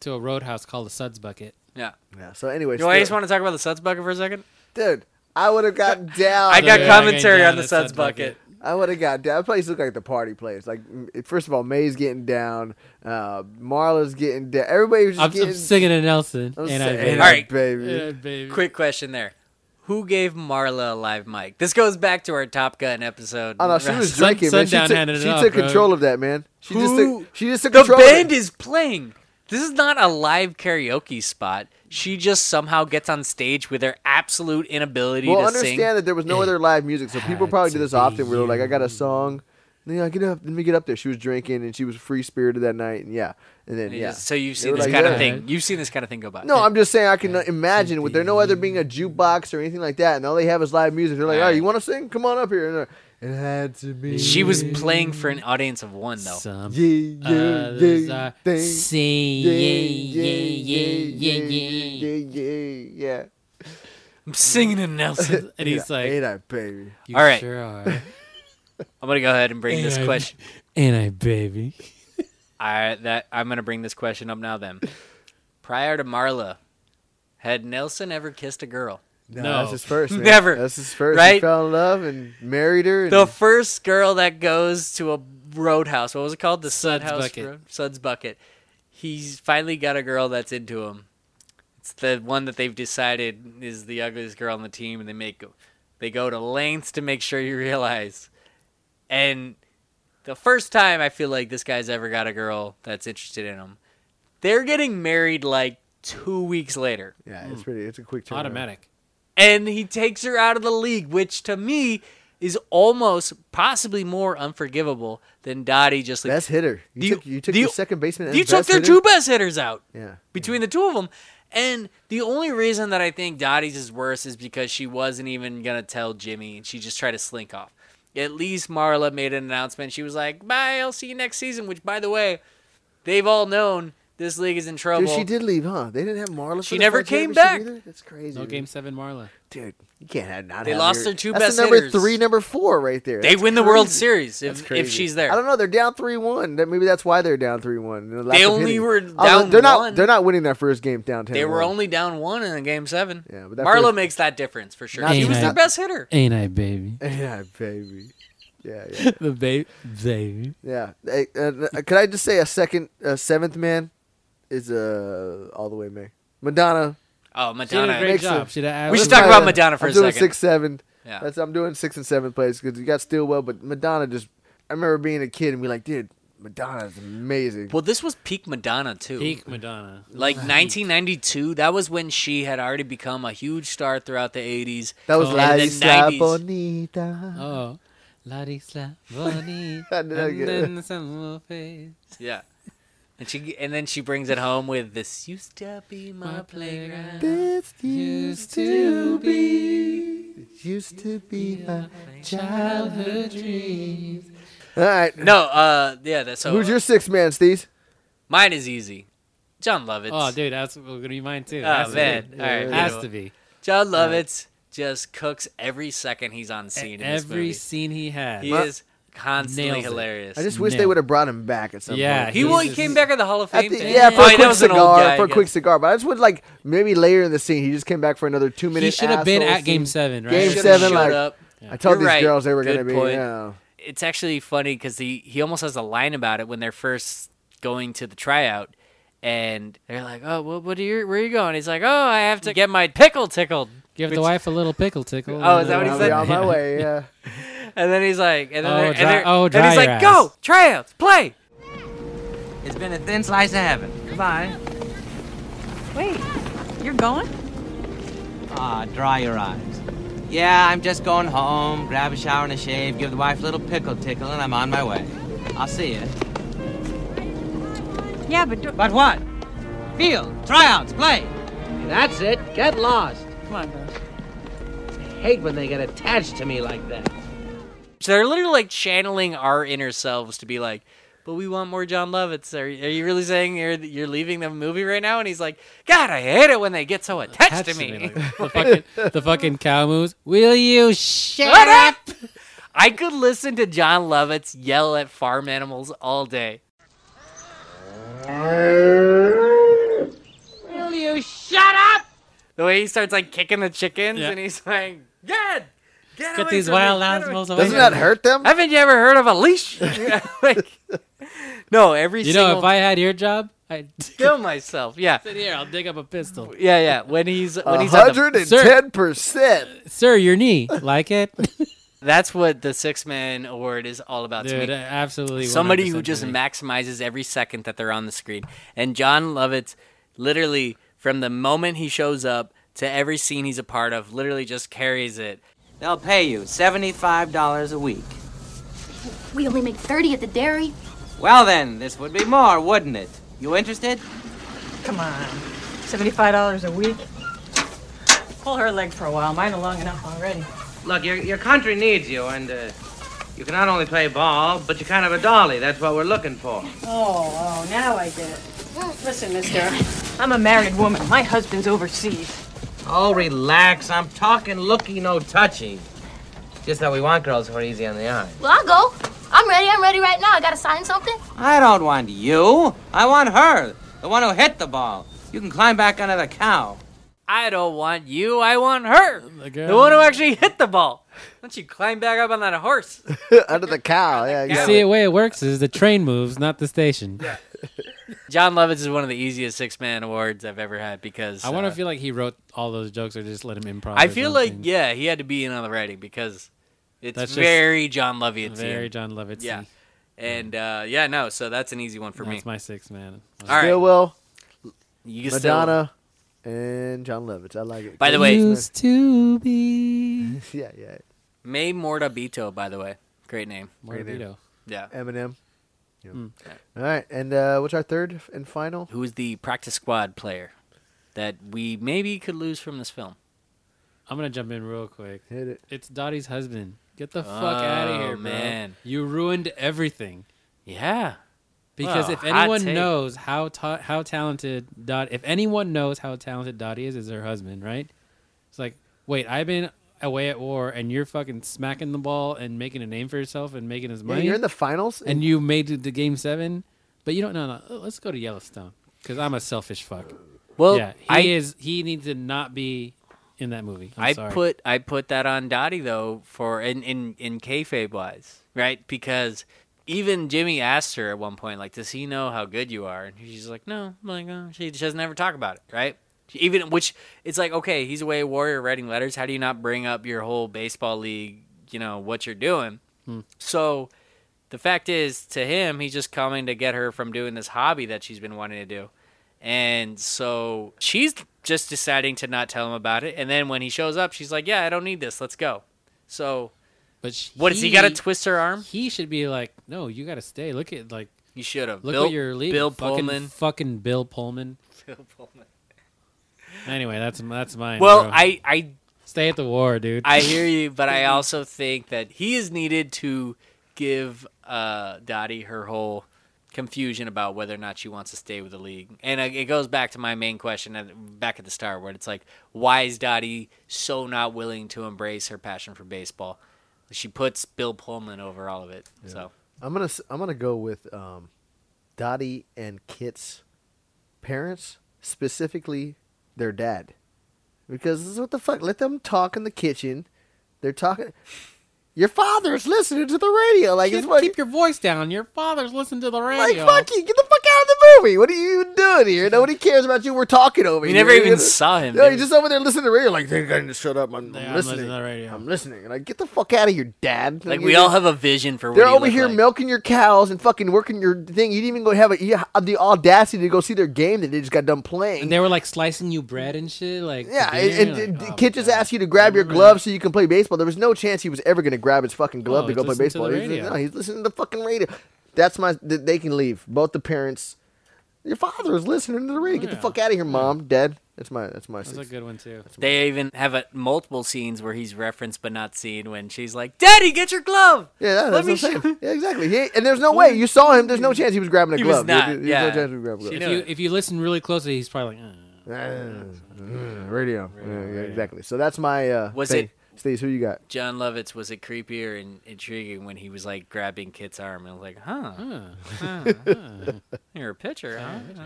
Speaker 3: to a roadhouse called the Suds Bucket.
Speaker 2: Yeah.
Speaker 1: Yeah. So anyway,
Speaker 2: Do I just
Speaker 1: still-
Speaker 2: want to talk about the Suds bucket for a second?
Speaker 1: dude, I would have gotten down.
Speaker 2: I
Speaker 1: I,
Speaker 2: got
Speaker 3: yeah, I got
Speaker 2: commentary
Speaker 3: down
Speaker 2: on the
Speaker 3: at
Speaker 2: Suds
Speaker 3: Suds
Speaker 2: bucket.
Speaker 3: bucket.
Speaker 1: would have got down. That place looked like the party place. Like m- first of all, May's getting down. Uh, Marla's getting down. Everybody was just
Speaker 3: I'm,
Speaker 1: getting.
Speaker 3: I'm singing to Nelson.
Speaker 1: I'm
Speaker 3: and I
Speaker 1: saying,
Speaker 3: baby.
Speaker 2: All right.
Speaker 1: baby.
Speaker 3: And I baby.
Speaker 2: Quick question there. Who gave Marla a live mic? This goes back to our Top Gun episode.
Speaker 1: Oh no, she was
Speaker 3: Sun-
Speaker 1: drinking, man. She
Speaker 3: Sundown
Speaker 1: took,
Speaker 3: handed it
Speaker 1: she
Speaker 3: off,
Speaker 1: took
Speaker 3: bro.
Speaker 1: control of that, man. She just
Speaker 2: Who-
Speaker 1: took, she just took
Speaker 2: the
Speaker 1: control.
Speaker 2: band
Speaker 1: of it.
Speaker 2: is playing. This is not a live karaoke spot. She just somehow gets on stage with her absolute inability
Speaker 1: Well,
Speaker 2: to
Speaker 1: understand
Speaker 2: sing.
Speaker 1: that there was no other live music, so people
Speaker 3: had
Speaker 1: probably do
Speaker 3: to
Speaker 1: this
Speaker 3: be
Speaker 1: often. Where they're like,
Speaker 3: you.
Speaker 1: I got a song. And then I get up. Let me get up there. She was drinking and she was free spirited that night, and yeah, and then
Speaker 2: And you
Speaker 1: yeah.
Speaker 2: just- So you've
Speaker 1: They
Speaker 2: seen
Speaker 1: were
Speaker 2: this
Speaker 1: like,
Speaker 2: kind
Speaker 1: yeah.
Speaker 2: of thing. You've seen this kind of thing go by.
Speaker 1: No, I'm just saying I can imagine with there no other being a jukebox or anything like that, and all they have is live music. They're like,
Speaker 2: All
Speaker 1: oh,
Speaker 2: right.
Speaker 1: you want to sing? Come on up here. And they're, it had to be.
Speaker 2: She was playing for an audience of one though.
Speaker 3: Some
Speaker 1: Yeah, yeah,
Speaker 3: others
Speaker 1: yeah,
Speaker 3: are
Speaker 1: thing.
Speaker 3: singing.
Speaker 1: Yeah,
Speaker 3: Yeah,
Speaker 1: yeah,
Speaker 3: yeah, yeah, yeah,
Speaker 1: yeah, yeah, yeah.
Speaker 2: I'm singing to Nelson.
Speaker 3: And he's
Speaker 1: Yeah,
Speaker 3: like,
Speaker 1: ain't I, baby.
Speaker 3: "You
Speaker 2: All right.
Speaker 3: sure are."
Speaker 2: I'm gonna go ahead and bring this
Speaker 3: And I-
Speaker 2: question.
Speaker 3: And I baby.
Speaker 2: I that I'm gonna bring this question up now. Then, prior to Marla, had Nelson ever kissed a girl?
Speaker 1: No,
Speaker 3: No.
Speaker 1: that's his first. man.
Speaker 2: Never.
Speaker 1: That's his first. He
Speaker 2: Right?
Speaker 1: fell in love and married her. And
Speaker 2: The first girl that goes to a roadhouse, what was it called? The Sud
Speaker 3: Suds
Speaker 2: House
Speaker 3: Bucket.
Speaker 2: Road- Suds Bucket. He's finally got a girl that's into him. It's the one that they've decided is the ugliest girl on the team, and they make they go to lengths to make sure you realize. And the first time I feel like this guy's ever got a girl that's interested in him, they're getting married like two weeks later
Speaker 1: yeah, it's pretty. It's a quick turn.
Speaker 3: Automatic.
Speaker 2: and he takes her out of the league, which to me is almost possibly more unforgivable than Dottie just like
Speaker 1: Best hitter. You,
Speaker 2: Do
Speaker 1: took, you took
Speaker 2: do
Speaker 1: your second baseman. And
Speaker 2: You took
Speaker 1: best
Speaker 2: their
Speaker 1: hitter?
Speaker 2: two best hitters out
Speaker 1: Yeah.
Speaker 2: between the two of them. And the only reason that I think Dottie's is worse is because she wasn't even going to tell Jimmy and she just tried to slink off. At least Marla made an announcement. She was like, bye, I'll see you next season, which, by the way, they've all known this league is in trouble.
Speaker 1: Dude, she did leave, huh? They didn't have Marla. for
Speaker 2: She
Speaker 1: the
Speaker 2: never
Speaker 1: full
Speaker 2: came
Speaker 1: championship
Speaker 2: back.
Speaker 1: Either? That's crazy.
Speaker 3: No
Speaker 1: dude.
Speaker 3: game seven, Marla.
Speaker 1: dude. You can't have not.
Speaker 2: They
Speaker 1: have
Speaker 2: lost
Speaker 1: your-
Speaker 2: their two
Speaker 1: that's
Speaker 2: best
Speaker 1: the number
Speaker 2: hitters.
Speaker 1: three, number four, right there.
Speaker 2: They
Speaker 1: That's
Speaker 2: win the World
Speaker 1: crazy.
Speaker 2: Series
Speaker 1: That's
Speaker 2: if,
Speaker 1: crazy.
Speaker 2: if she's there.
Speaker 1: I don't know. They're down three one. That maybe that's why they're down three one.
Speaker 2: They only were down
Speaker 1: They're not.
Speaker 2: one.
Speaker 1: They're not winning their first game down ten.
Speaker 2: They were only down one in game seven.
Speaker 1: Yeah, but that
Speaker 2: Marlo
Speaker 1: first-
Speaker 2: makes that difference for sure.
Speaker 1: Not-
Speaker 2: He was their
Speaker 3: not-
Speaker 2: best hitter.
Speaker 3: Ain't I baby?
Speaker 1: Yeah, baby. Yeah, yeah.
Speaker 3: the baby, baby.
Speaker 1: Yeah. Hey, uh, uh, could I just say a second, a seventh man is uh, all the way May. Madonna.
Speaker 2: Oh,
Speaker 3: She did a
Speaker 2: Madonna.
Speaker 3: great
Speaker 1: Makes
Speaker 3: job.
Speaker 1: it-
Speaker 3: She did an
Speaker 2: We
Speaker 1: That's
Speaker 2: should talk
Speaker 1: my-
Speaker 2: about Madonna for
Speaker 1: I'm
Speaker 2: a
Speaker 1: doing
Speaker 2: second.
Speaker 1: Six, seven.
Speaker 2: Yeah.
Speaker 1: That's I'm doing six and seven plays because you got Stillwell, but Madonna just. I remember being a kid and be like, dude, Madonna's amazing.
Speaker 2: Well, this was peak Madonna too.
Speaker 3: Peak Madonna.
Speaker 2: Like 1992, that was when she had already become a huge star throughout the 80s.
Speaker 1: That was
Speaker 2: and
Speaker 1: La
Speaker 2: the
Speaker 1: Isla
Speaker 2: 90s.
Speaker 1: Bonita.
Speaker 3: Oh. La isla bonita.
Speaker 1: I did that
Speaker 3: and
Speaker 1: good.
Speaker 3: then the sun will fade.
Speaker 2: Yeah. And she and then she brings it home with this used to be my
Speaker 3: My
Speaker 2: playground.
Speaker 1: This
Speaker 3: Used
Speaker 1: used to
Speaker 3: to be
Speaker 1: be, used to be my
Speaker 3: childhood dreams.
Speaker 1: All right.
Speaker 2: No, uh yeah, that's so
Speaker 1: Who's your six man, Steve?
Speaker 2: mine is easy. John Lovitz.
Speaker 3: Oh, dude, that's going to be mine too.
Speaker 2: Oh,
Speaker 3: Has to be.
Speaker 2: man. All right,
Speaker 3: Has
Speaker 2: you know
Speaker 3: to be.
Speaker 2: John
Speaker 3: Uh,
Speaker 2: Lovitz just cooks every second he's on scene in this
Speaker 3: Every
Speaker 2: movie.
Speaker 3: scene he has.
Speaker 2: He is constantly
Speaker 3: Nails it.
Speaker 2: hilarious.
Speaker 1: I just wish they
Speaker 3: Nailed.
Speaker 1: would have brought him back at some
Speaker 3: Yeah,
Speaker 1: point.
Speaker 2: he, will, he
Speaker 3: he's
Speaker 2: came
Speaker 3: just-
Speaker 2: back at the Hall of
Speaker 1: At
Speaker 2: Fame.
Speaker 1: the,
Speaker 2: thing.
Speaker 1: yeah, for
Speaker 2: Oh,
Speaker 1: a
Speaker 2: that
Speaker 1: quick
Speaker 2: was an old guy,
Speaker 1: cigar.
Speaker 2: I
Speaker 1: For a quick
Speaker 2: guess.
Speaker 1: cigar, but I just would like maybe later in the scene he just came back for another two minutes.
Speaker 3: He should have been at game seven, right?
Speaker 1: Game
Speaker 2: Should've
Speaker 1: seven,
Speaker 2: showed
Speaker 1: like-
Speaker 2: up.
Speaker 1: I told
Speaker 2: You're
Speaker 1: these
Speaker 2: right.
Speaker 1: girls they were going to
Speaker 2: Good
Speaker 1: be.
Speaker 2: point.
Speaker 1: Yeah.
Speaker 2: It's actually funny because he, he almost has a line about it when they're first going to the tryout, and they're like, "Oh, what, what are you? Where are you going?" He's like, "Oh, I have to get my pickle tickled."
Speaker 3: Give
Speaker 2: Which-
Speaker 3: the wife a little pickle tickle.
Speaker 2: Oh, is that what he
Speaker 1: I'll
Speaker 2: said?
Speaker 1: be on my way. Yeah.
Speaker 2: And then he's like, and then
Speaker 3: Oh,
Speaker 2: they're, and
Speaker 3: dry-
Speaker 2: they're-
Speaker 3: oh,
Speaker 2: and he's
Speaker 3: dry
Speaker 2: like,
Speaker 3: your
Speaker 2: "Go tryouts, play."
Speaker 13: It's been a thin slice of heaven. Goodbye.
Speaker 10: Wait, you're going?
Speaker 13: Ah, dry your eyes. Yeah, I'm just going home, grab a shower and a shave, give the wife a little pickle tickle, and I'm on my way. I'll see you.
Speaker 10: Yeah, but do-
Speaker 13: But what? Field, tryouts, play. That's it. Get lost.
Speaker 10: come on, girls.
Speaker 13: I hate when they get attached to me like that.
Speaker 2: So they're literally like channeling our inner selves to be like, "But we want more John Lovitz." Are, are you really saying you're you're leaving the movie right now? And he's like, "God, I hate it when they get so attached,
Speaker 3: Attached
Speaker 2: to me."
Speaker 3: like, the, fucking, the fucking cow moves. Will you shut,
Speaker 2: Shut up! I could listen to John Lovitz yell at farm animals all day.
Speaker 13: Will you shut up?
Speaker 2: The way he starts like kicking the chickens
Speaker 3: Yeah.
Speaker 2: and he's like, "Get, get,
Speaker 3: Get
Speaker 2: away
Speaker 3: these
Speaker 2: from me,
Speaker 3: wild
Speaker 2: get
Speaker 3: animals away.
Speaker 1: Doesn't
Speaker 3: from
Speaker 1: that
Speaker 3: me."
Speaker 1: hurt them?
Speaker 2: Haven't you ever heard of a leash? like, no, every
Speaker 3: You
Speaker 2: single
Speaker 3: know, if I had your job, I'd
Speaker 2: kill myself. Yeah,
Speaker 3: sit here. I'll dig up a pistol.
Speaker 2: yeah, yeah. When he's when he's at the,
Speaker 1: hundred and ten percent.
Speaker 3: Sir, your knee. Like it?
Speaker 2: that's what the six man award is all about
Speaker 3: Dude,
Speaker 2: to me.
Speaker 3: absolutely.
Speaker 2: Somebody who
Speaker 3: 100%
Speaker 2: just
Speaker 3: to me.
Speaker 2: maximizes every second that they're on the screen. And John Lovitz, literally from the moment he shows up to every scene he's a part of, literally just carries it.
Speaker 13: They'll pay you $75 a week.
Speaker 14: We only make 30 at the dairy.
Speaker 13: Well, then, this would be more, wouldn't it? You interested?
Speaker 10: Come on. $75 a week? Pull her leg for a while. Mine are long enough already.
Speaker 13: Look, your, your country needs you, and uh, you can not only play ball, but you're kind of a dolly. That's what we're looking for.
Speaker 10: Oh, oh, now I get it. Listen, mister, I'm a married woman. My husband's overseas.
Speaker 13: Oh, relax. I'm talking looky, no touchy. Just that we want girls who are easy on the eye.
Speaker 14: Well, I'll go. I'm ready. I'm ready right now. I gotta sign something.
Speaker 13: I don't want you. I want her, the one who hit the ball. You can climb back under the cow.
Speaker 2: I don't want you, I want her.
Speaker 3: The
Speaker 2: The
Speaker 3: girl-
Speaker 2: one who actually hit the ball. Why don't you climb back up on that horse?
Speaker 1: Under the cow. Yeah.
Speaker 3: You
Speaker 1: Exactly.
Speaker 3: see, the way it works is the train moves, not the station.
Speaker 2: John Lovitz is one of the easiest six man awards I've ever had because
Speaker 3: I want
Speaker 2: uh,
Speaker 3: to feel like he wrote all those jokes or just let him improv.
Speaker 2: I
Speaker 3: or
Speaker 2: feel like
Speaker 3: something.
Speaker 2: yeah, he had to be in on the writing because it's
Speaker 3: That's just
Speaker 2: very John Lovitz.
Speaker 3: very John Lovitz.
Speaker 2: Yeah. And uh, yeah, no, so that's an easy one for
Speaker 3: That's
Speaker 2: me.
Speaker 3: my six man.
Speaker 2: All right.
Speaker 1: Stillwell,
Speaker 2: you can still-
Speaker 1: Madonna, and John Lovitz. I like it.
Speaker 2: By the way-
Speaker 3: used to be
Speaker 1: yeah, yeah.
Speaker 2: May Mortabito, by the way. Great name. Great name.
Speaker 3: Morbido.
Speaker 2: Yeah.
Speaker 1: Eminem. Yeah.
Speaker 2: Hmm.
Speaker 1: All right, and uh, what's our third and final?
Speaker 2: Who is the practice squad player that we maybe could lose from this film?
Speaker 3: I'm gonna jump in real quick.
Speaker 1: Hit it.
Speaker 3: It's Dottie's husband. Get the fuck out of
Speaker 2: Oh,
Speaker 3: here, bro.
Speaker 2: man.
Speaker 3: You ruined everything.
Speaker 2: Yeah.
Speaker 3: Because
Speaker 2: Well,
Speaker 3: if
Speaker 2: hot
Speaker 3: anyone
Speaker 2: take.
Speaker 3: knows how ta- how talented Dot, if anyone knows how talented Dottie is, is her husband, right? It's like, wait, I've been away at war, and you're fucking smacking the ball and making a name for yourself and making his
Speaker 1: Yeah,
Speaker 3: money.
Speaker 1: you're in the finals,
Speaker 3: and you made it to game seven, but you don't. No, no. Let's go to Yellowstone because I'm a selfish fuck.
Speaker 2: Well,
Speaker 3: yeah, he
Speaker 2: I
Speaker 3: is. He needs to not be in that movie. I'm
Speaker 2: I
Speaker 3: sorry.
Speaker 2: put I put that on Dottie though for in in in kayfabe wise, right? Because even Jimmy asked her at one point, like, "Does he know how good you are?" And she's like, "No." I'm like, oh. she doesn't ever talk about it, right? She even which it's like, okay, he's away at warrior writing letters. How do you
Speaker 3: Hmm.
Speaker 2: not bring up your whole baseball league? You know what you're doing. So The fact is, to him, he's just coming to get her from doing this hobby that she's been wanting to do. And so she's just deciding to not tell him about it. And then when he shows up, she's like, "Yeah, I don't need this. Let's go." So,
Speaker 3: but she,
Speaker 2: what does he, got to twist her arm?
Speaker 3: He should be like, "No, you got to stay. Look at like
Speaker 2: you should have.
Speaker 3: look
Speaker 2: Bill,
Speaker 3: what you're leaving.
Speaker 2: Bill
Speaker 3: fucking,
Speaker 2: Pullman.
Speaker 3: fucking Bill Pullman."
Speaker 2: Bill Pullman.
Speaker 3: Anyway, that's that's mine.
Speaker 2: Well,
Speaker 3: bro.
Speaker 2: I, I
Speaker 3: stay at the war, dude.
Speaker 2: I hear you, but I also think that he is needed to give uh, Dottie her whole confusion about whether or not she wants to stay with the league. And uh, it goes back to my main question at, back at the start, where it's like, why is Dottie so not willing to embrace her passion for baseball? She puts Bill Pullman over all of it. So
Speaker 1: I'm gonna s- I'm gonna go with um, Dottie and Kit's parents, specifically their dad, because this is what the fuck. Let them talk in the kitchen. They're talking. Your father's listening to the radio. Like it's
Speaker 3: keep,
Speaker 1: what.
Speaker 3: keep your voice down. Your father's listening to the
Speaker 1: Like
Speaker 3: radio.
Speaker 1: fuck you! Get the fuck out of the movie. What are you doing here? Nobody cares about you. We're talking over
Speaker 2: we
Speaker 1: here.
Speaker 2: never even saw him.
Speaker 1: No, you're
Speaker 2: did we?
Speaker 1: just over there listening to the radio. Like they got to shut up. I'm, I'm
Speaker 3: Yeah,
Speaker 1: listening.
Speaker 3: I'm listening to the radio.
Speaker 1: I'm listening. Like get the fuck out of here, dad.
Speaker 2: like
Speaker 1: you-
Speaker 2: we all have a vision for.
Speaker 1: They're
Speaker 2: what he
Speaker 1: over
Speaker 2: looked
Speaker 1: here
Speaker 2: like.
Speaker 1: milking your cows and fucking working your thing. You didn't even go have a, you had the audacity to go see their game that they just got done playing.
Speaker 3: And they were like slicing you bread and shit. Like
Speaker 1: yeah,
Speaker 3: for
Speaker 1: and,
Speaker 3: dinner,
Speaker 1: and,
Speaker 3: like,
Speaker 1: and
Speaker 3: oh,
Speaker 1: kid just asked you to grab your glove so you can play baseball. There was no chance he was ever going to grab his fucking glove
Speaker 3: Oh,
Speaker 1: to go
Speaker 3: he's
Speaker 1: play
Speaker 3: listening to
Speaker 1: baseball.
Speaker 3: the
Speaker 1: He's-
Speaker 3: radio.
Speaker 1: no, he's listening to the fucking radio. That's my. th- They can leave. Both the parents. Your father is listening to the radio. Get the
Speaker 3: Yeah.
Speaker 1: fuck out of here, mom, dad. That's my. That's my.
Speaker 3: that's a
Speaker 1: six.
Speaker 3: good one too.
Speaker 2: They even have a, multiple scenes where he's referenced but not seen when she's like, "Daddy, get your glove."
Speaker 1: Yeah, that-
Speaker 2: Let
Speaker 1: that's
Speaker 2: me
Speaker 1: what I'm
Speaker 2: show-
Speaker 1: saying. Yeah, exactly. He, and there's no way you saw him. There's no chance he was grabbing a
Speaker 2: He was
Speaker 1: glove. There-
Speaker 2: not,
Speaker 1: there- There's
Speaker 2: yeah.
Speaker 1: no chance he was grabbing a glove.
Speaker 2: She
Speaker 3: If you if you listen really closely, he's probably like, uh,
Speaker 1: Mm, radio. Yeah, yeah, exactly. So that's my. Uh,
Speaker 2: Was
Speaker 1: thing. Stace, who you got?
Speaker 2: John Lovitz was it creepier and intriguing when he was like grabbing Kit's arm and I was like,
Speaker 3: uh,
Speaker 2: huh, huh, huh. you're a pitcher, huh? Huh.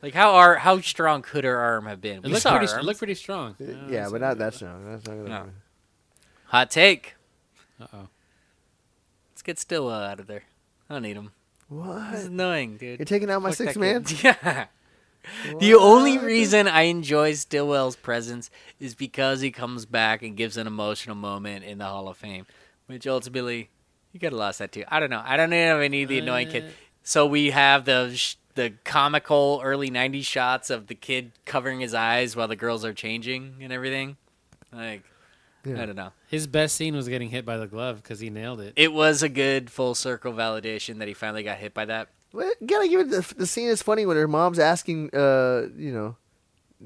Speaker 2: Like how are how strong could her arm have been?
Speaker 3: it
Speaker 2: We
Speaker 3: looked
Speaker 2: saw
Speaker 3: pretty,
Speaker 2: her
Speaker 3: it
Speaker 2: arm.
Speaker 3: looked pretty strong. Yeah,
Speaker 1: yeah, but not that's not that's not gonna.
Speaker 2: No. Hot take.
Speaker 3: Uh oh.
Speaker 2: Let's get Stillwell out of there. I don't need him. This is
Speaker 1: What?
Speaker 2: annoying, dude.
Speaker 1: You're taking out my
Speaker 2: Fuck
Speaker 1: six
Speaker 2: that
Speaker 1: man?
Speaker 2: kid. Yeah. The only reason I enjoy Stillwell's presence is because he comes back and gives an emotional moment in the Hall of Fame, which ultimately you could have lost that too. I don't know. I don't even have any of the annoying
Speaker 1: Uh.
Speaker 2: kid. So we have the sh- the comical early '90s shots of the kid covering his eyes while the girls are changing and everything. Like
Speaker 1: Yeah.
Speaker 2: I don't know.
Speaker 3: His best scene was getting hit by the glove because he nailed it.
Speaker 2: It was a good full circle validation that he finally got hit by that.
Speaker 1: Well, gotta give it. The, the scene is funny when her mom's asking, uh, you know,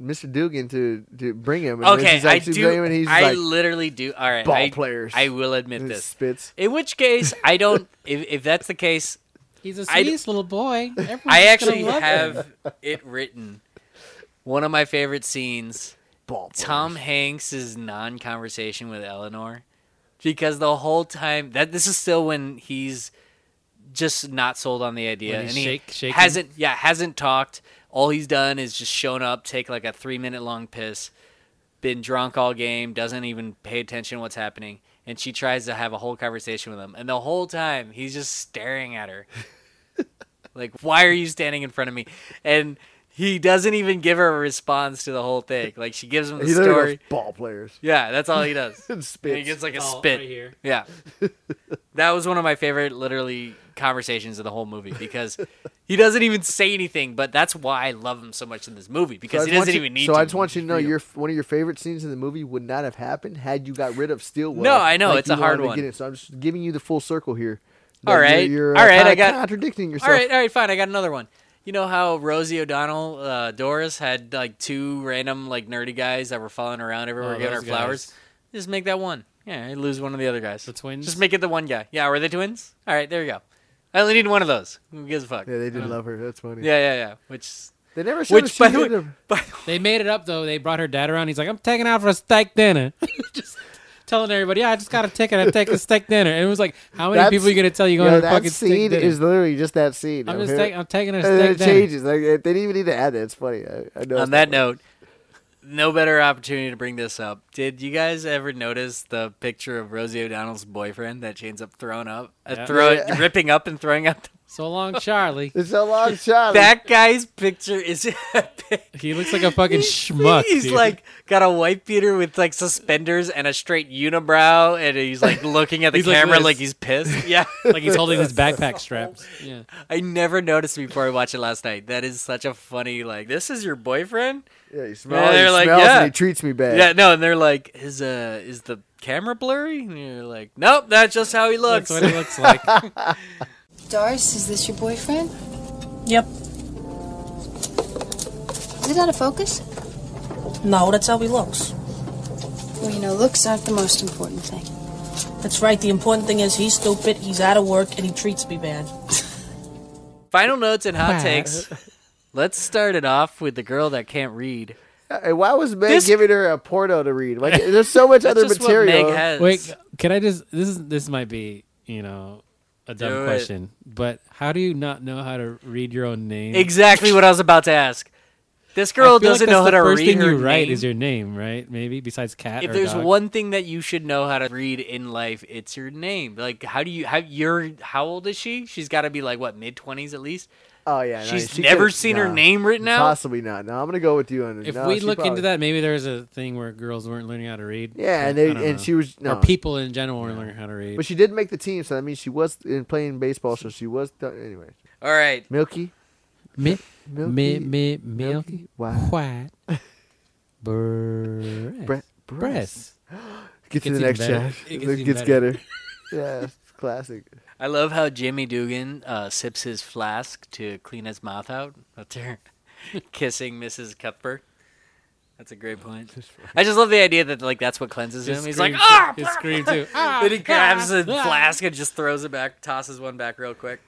Speaker 1: Mr. Dugan to, to bring him. And
Speaker 2: Okay,
Speaker 1: she's like,
Speaker 2: I
Speaker 1: she's
Speaker 2: do.
Speaker 1: bringing him and he's
Speaker 2: I
Speaker 1: like,
Speaker 2: literally do. All right,
Speaker 1: ball
Speaker 2: I,
Speaker 1: players.
Speaker 2: I will admit
Speaker 1: and it
Speaker 2: this.
Speaker 1: spits.
Speaker 2: In which case, I don't. if, if that's the case,
Speaker 3: He's a
Speaker 2: I d-
Speaker 3: sweetest little boy. Everyone's
Speaker 2: I
Speaker 3: just gonna
Speaker 2: actually
Speaker 3: love him.
Speaker 2: have it written. One of my favorite scenes:
Speaker 1: Ball
Speaker 2: Tom Hanks' non-conversation with Eleanor, because the whole time that this is still when he's just not sold on the idea,
Speaker 3: When he's
Speaker 2: and he
Speaker 3: shake- shaking?
Speaker 2: hasn't. Yeah, hasn't talked. All he's done is just shown up, take like a three-minute long piss, been drunk all game, doesn't even pay attention to what's happening, and she tries to have a whole conversation with him. And the whole time he's just staring at her. like, why are you standing in front of me? And he doesn't even give her a response to the whole thing. Like she gives him the
Speaker 1: He literally
Speaker 2: story.
Speaker 1: goes, ball players.
Speaker 2: Yeah, that's all he does.
Speaker 1: And
Speaker 2: And he
Speaker 1: spits.
Speaker 2: gets like a
Speaker 3: Oh,
Speaker 2: spit.
Speaker 3: right here.
Speaker 2: Yeah. that was one of my favorite literally conversations of the whole movie because he doesn't even say anything, but that's why I love him so much in this movie
Speaker 1: So I
Speaker 2: because he
Speaker 1: just want
Speaker 2: doesn't
Speaker 1: you-
Speaker 2: even need
Speaker 1: So
Speaker 2: to.
Speaker 1: I just want you to know
Speaker 2: Freedom.
Speaker 1: your f- one of your favorite scenes in the movie would not have happened had you got rid of Stillwell.
Speaker 2: No, I know,
Speaker 1: like
Speaker 2: it's
Speaker 1: you
Speaker 2: a hard
Speaker 1: wanted to
Speaker 2: one.
Speaker 1: get it. So I'm just giving you the full circle here.
Speaker 2: All
Speaker 1: That
Speaker 2: right.
Speaker 1: You're, you're,
Speaker 2: All right,
Speaker 1: kinda
Speaker 2: I got-
Speaker 1: contradicting yourself.
Speaker 2: All right, all right, fine. I got another one. You know how Rosie O'Donnell, uh, Doris had like two random like nerdy guys that were following around everywhere
Speaker 3: Oh,
Speaker 2: giving her
Speaker 3: those
Speaker 2: flowers.
Speaker 3: guys.
Speaker 2: Just make that one. Yeah, I lose one of the other guys.
Speaker 3: The twins?
Speaker 2: Just make it the one guy. Yeah, were they twins? All right, there you go. I only need one of those. Who gives a fuck?
Speaker 1: Yeah,
Speaker 2: Yeah,
Speaker 1: they did love her. That's funny.
Speaker 2: yeah, yeah. Which,
Speaker 1: Uh, They never showed
Speaker 2: which by the way, by the
Speaker 3: They made it up though. They brought her dad around. He's like, I'm taking out for a steak dinner. just telling everybody, yeah, I just got a ticket. I take a steak dinner. And it was like, how many people are you gonna tell you going
Speaker 1: yo,
Speaker 3: to
Speaker 1: that
Speaker 3: fucking steak
Speaker 1: scene
Speaker 3: dinner?
Speaker 1: is literally just that scene.
Speaker 3: I'm
Speaker 1: yo.
Speaker 3: just
Speaker 1: Here-
Speaker 3: taking. I'm taking a
Speaker 1: and then
Speaker 3: steak
Speaker 1: it
Speaker 3: dinner.
Speaker 1: changes. Like it- they didn't even need to add that. It's funny. I, I know. it's
Speaker 2: on
Speaker 1: not-
Speaker 2: that note, no better opportunity to bring this up. Did you guys ever notice the picture of Rosie O'Donnell's boyfriend that she ends up throwing up, uh,
Speaker 3: Yeah.
Speaker 2: throw,
Speaker 1: Yeah.
Speaker 2: ripping up and throwing up?
Speaker 3: So long, Charlie.
Speaker 1: It's so long, Charlie.
Speaker 2: That guy's picture is epic.
Speaker 3: He looks like a fucking schmuck.
Speaker 2: He's
Speaker 3: dude.
Speaker 2: like got a white beater with like suspenders and a straight unibrow, and he's like looking at the
Speaker 3: He's like
Speaker 2: camera
Speaker 3: this.
Speaker 2: like he's pissed. Yeah,
Speaker 3: like he's holding his backpack straps. Yeah.
Speaker 2: I never noticed before I watched it last night. That is such a funny like. This is your boyfriend.
Speaker 1: Yeah, he
Speaker 2: And
Speaker 1: smells,
Speaker 2: they're
Speaker 1: he
Speaker 2: like,
Speaker 1: smells
Speaker 2: yeah.
Speaker 1: and he treats me bad.
Speaker 2: Yeah, no, and they're like, is uh is the camera blurry? And you're like, nope, that's just how he looks.
Speaker 3: That's what he looks like.
Speaker 15: Doris, is this your boyfriend?
Speaker 10: Yep.
Speaker 15: Is it out of focus?
Speaker 10: No, that's how he looks.
Speaker 15: Well, you know, looks aren't the most important thing.
Speaker 10: That's right. The important thing is he's stupid, he's out of work, and he treats me bad.
Speaker 2: Final notes and hot
Speaker 10: Wow.
Speaker 2: takes. Let's start it off with the girl that can't read.
Speaker 1: Hey, why was Meg
Speaker 2: This-
Speaker 1: giving her a porno to read? Like, there's so much
Speaker 2: That's
Speaker 1: other
Speaker 2: just what
Speaker 1: material.
Speaker 2: Meg has.
Speaker 3: Wait, can I just? This is this might be you know a dumb
Speaker 2: Do it.
Speaker 3: question, but how do you not know how to read your own name?
Speaker 2: Exactly what I was about to ask. This
Speaker 3: I feel
Speaker 2: girl
Speaker 3: like
Speaker 2: doesn't
Speaker 3: that's
Speaker 2: know how
Speaker 3: the
Speaker 2: to
Speaker 3: first
Speaker 2: read
Speaker 3: thing
Speaker 2: her
Speaker 3: you write
Speaker 2: name.
Speaker 3: is your name, right? Maybe besides cat.
Speaker 2: if
Speaker 3: or
Speaker 2: there's
Speaker 3: dog.
Speaker 2: one thing that you should know how to read in life, it's your name. Like, how do you? How you're? How old is she? She's got to be like what mid twenties at least.
Speaker 1: Oh yeah, no,
Speaker 2: she's
Speaker 1: she
Speaker 2: never
Speaker 1: could've-
Speaker 2: seen
Speaker 1: nah.
Speaker 2: her name written out.
Speaker 1: Possibly not. No, I'm gonna go with you on.
Speaker 3: If
Speaker 1: no,
Speaker 3: we
Speaker 1: she
Speaker 3: look
Speaker 1: probably-
Speaker 3: into that, maybe there's a thing where girls weren't learning how to read.
Speaker 1: Yeah, and
Speaker 3: I- I
Speaker 1: they-
Speaker 3: don't
Speaker 1: and
Speaker 3: know.
Speaker 1: she was- no.
Speaker 3: or people in general weren't learning how to read.
Speaker 1: but she did make the team, so that means she was in playing baseball. So she was th- anyway.
Speaker 2: All right,
Speaker 1: Milky,
Speaker 3: Mi-
Speaker 1: Milky-
Speaker 3: mi- mi- milky
Speaker 1: White.
Speaker 3: white breast.
Speaker 1: Bre-
Speaker 3: breast.
Speaker 1: get to
Speaker 3: Gets
Speaker 1: the
Speaker 3: even
Speaker 1: next
Speaker 3: better.
Speaker 1: chat.
Speaker 3: It
Speaker 1: It
Speaker 3: gets
Speaker 1: gets,
Speaker 3: even better.
Speaker 1: better. yeah, it's classic.
Speaker 2: I love how Jimmy Dugan uh, sips his flask to clean his mouth out. Out there, kissing Mrs. Cuthbert. That's a great point. I just love the idea that like that's what cleanses him.
Speaker 3: His
Speaker 2: He's like,
Speaker 3: scream too-
Speaker 2: ah!
Speaker 3: his scream too. Ah,
Speaker 2: then he grabs
Speaker 3: ah,
Speaker 2: the
Speaker 3: ah.
Speaker 2: flask and just throws it back, tosses one back real quick.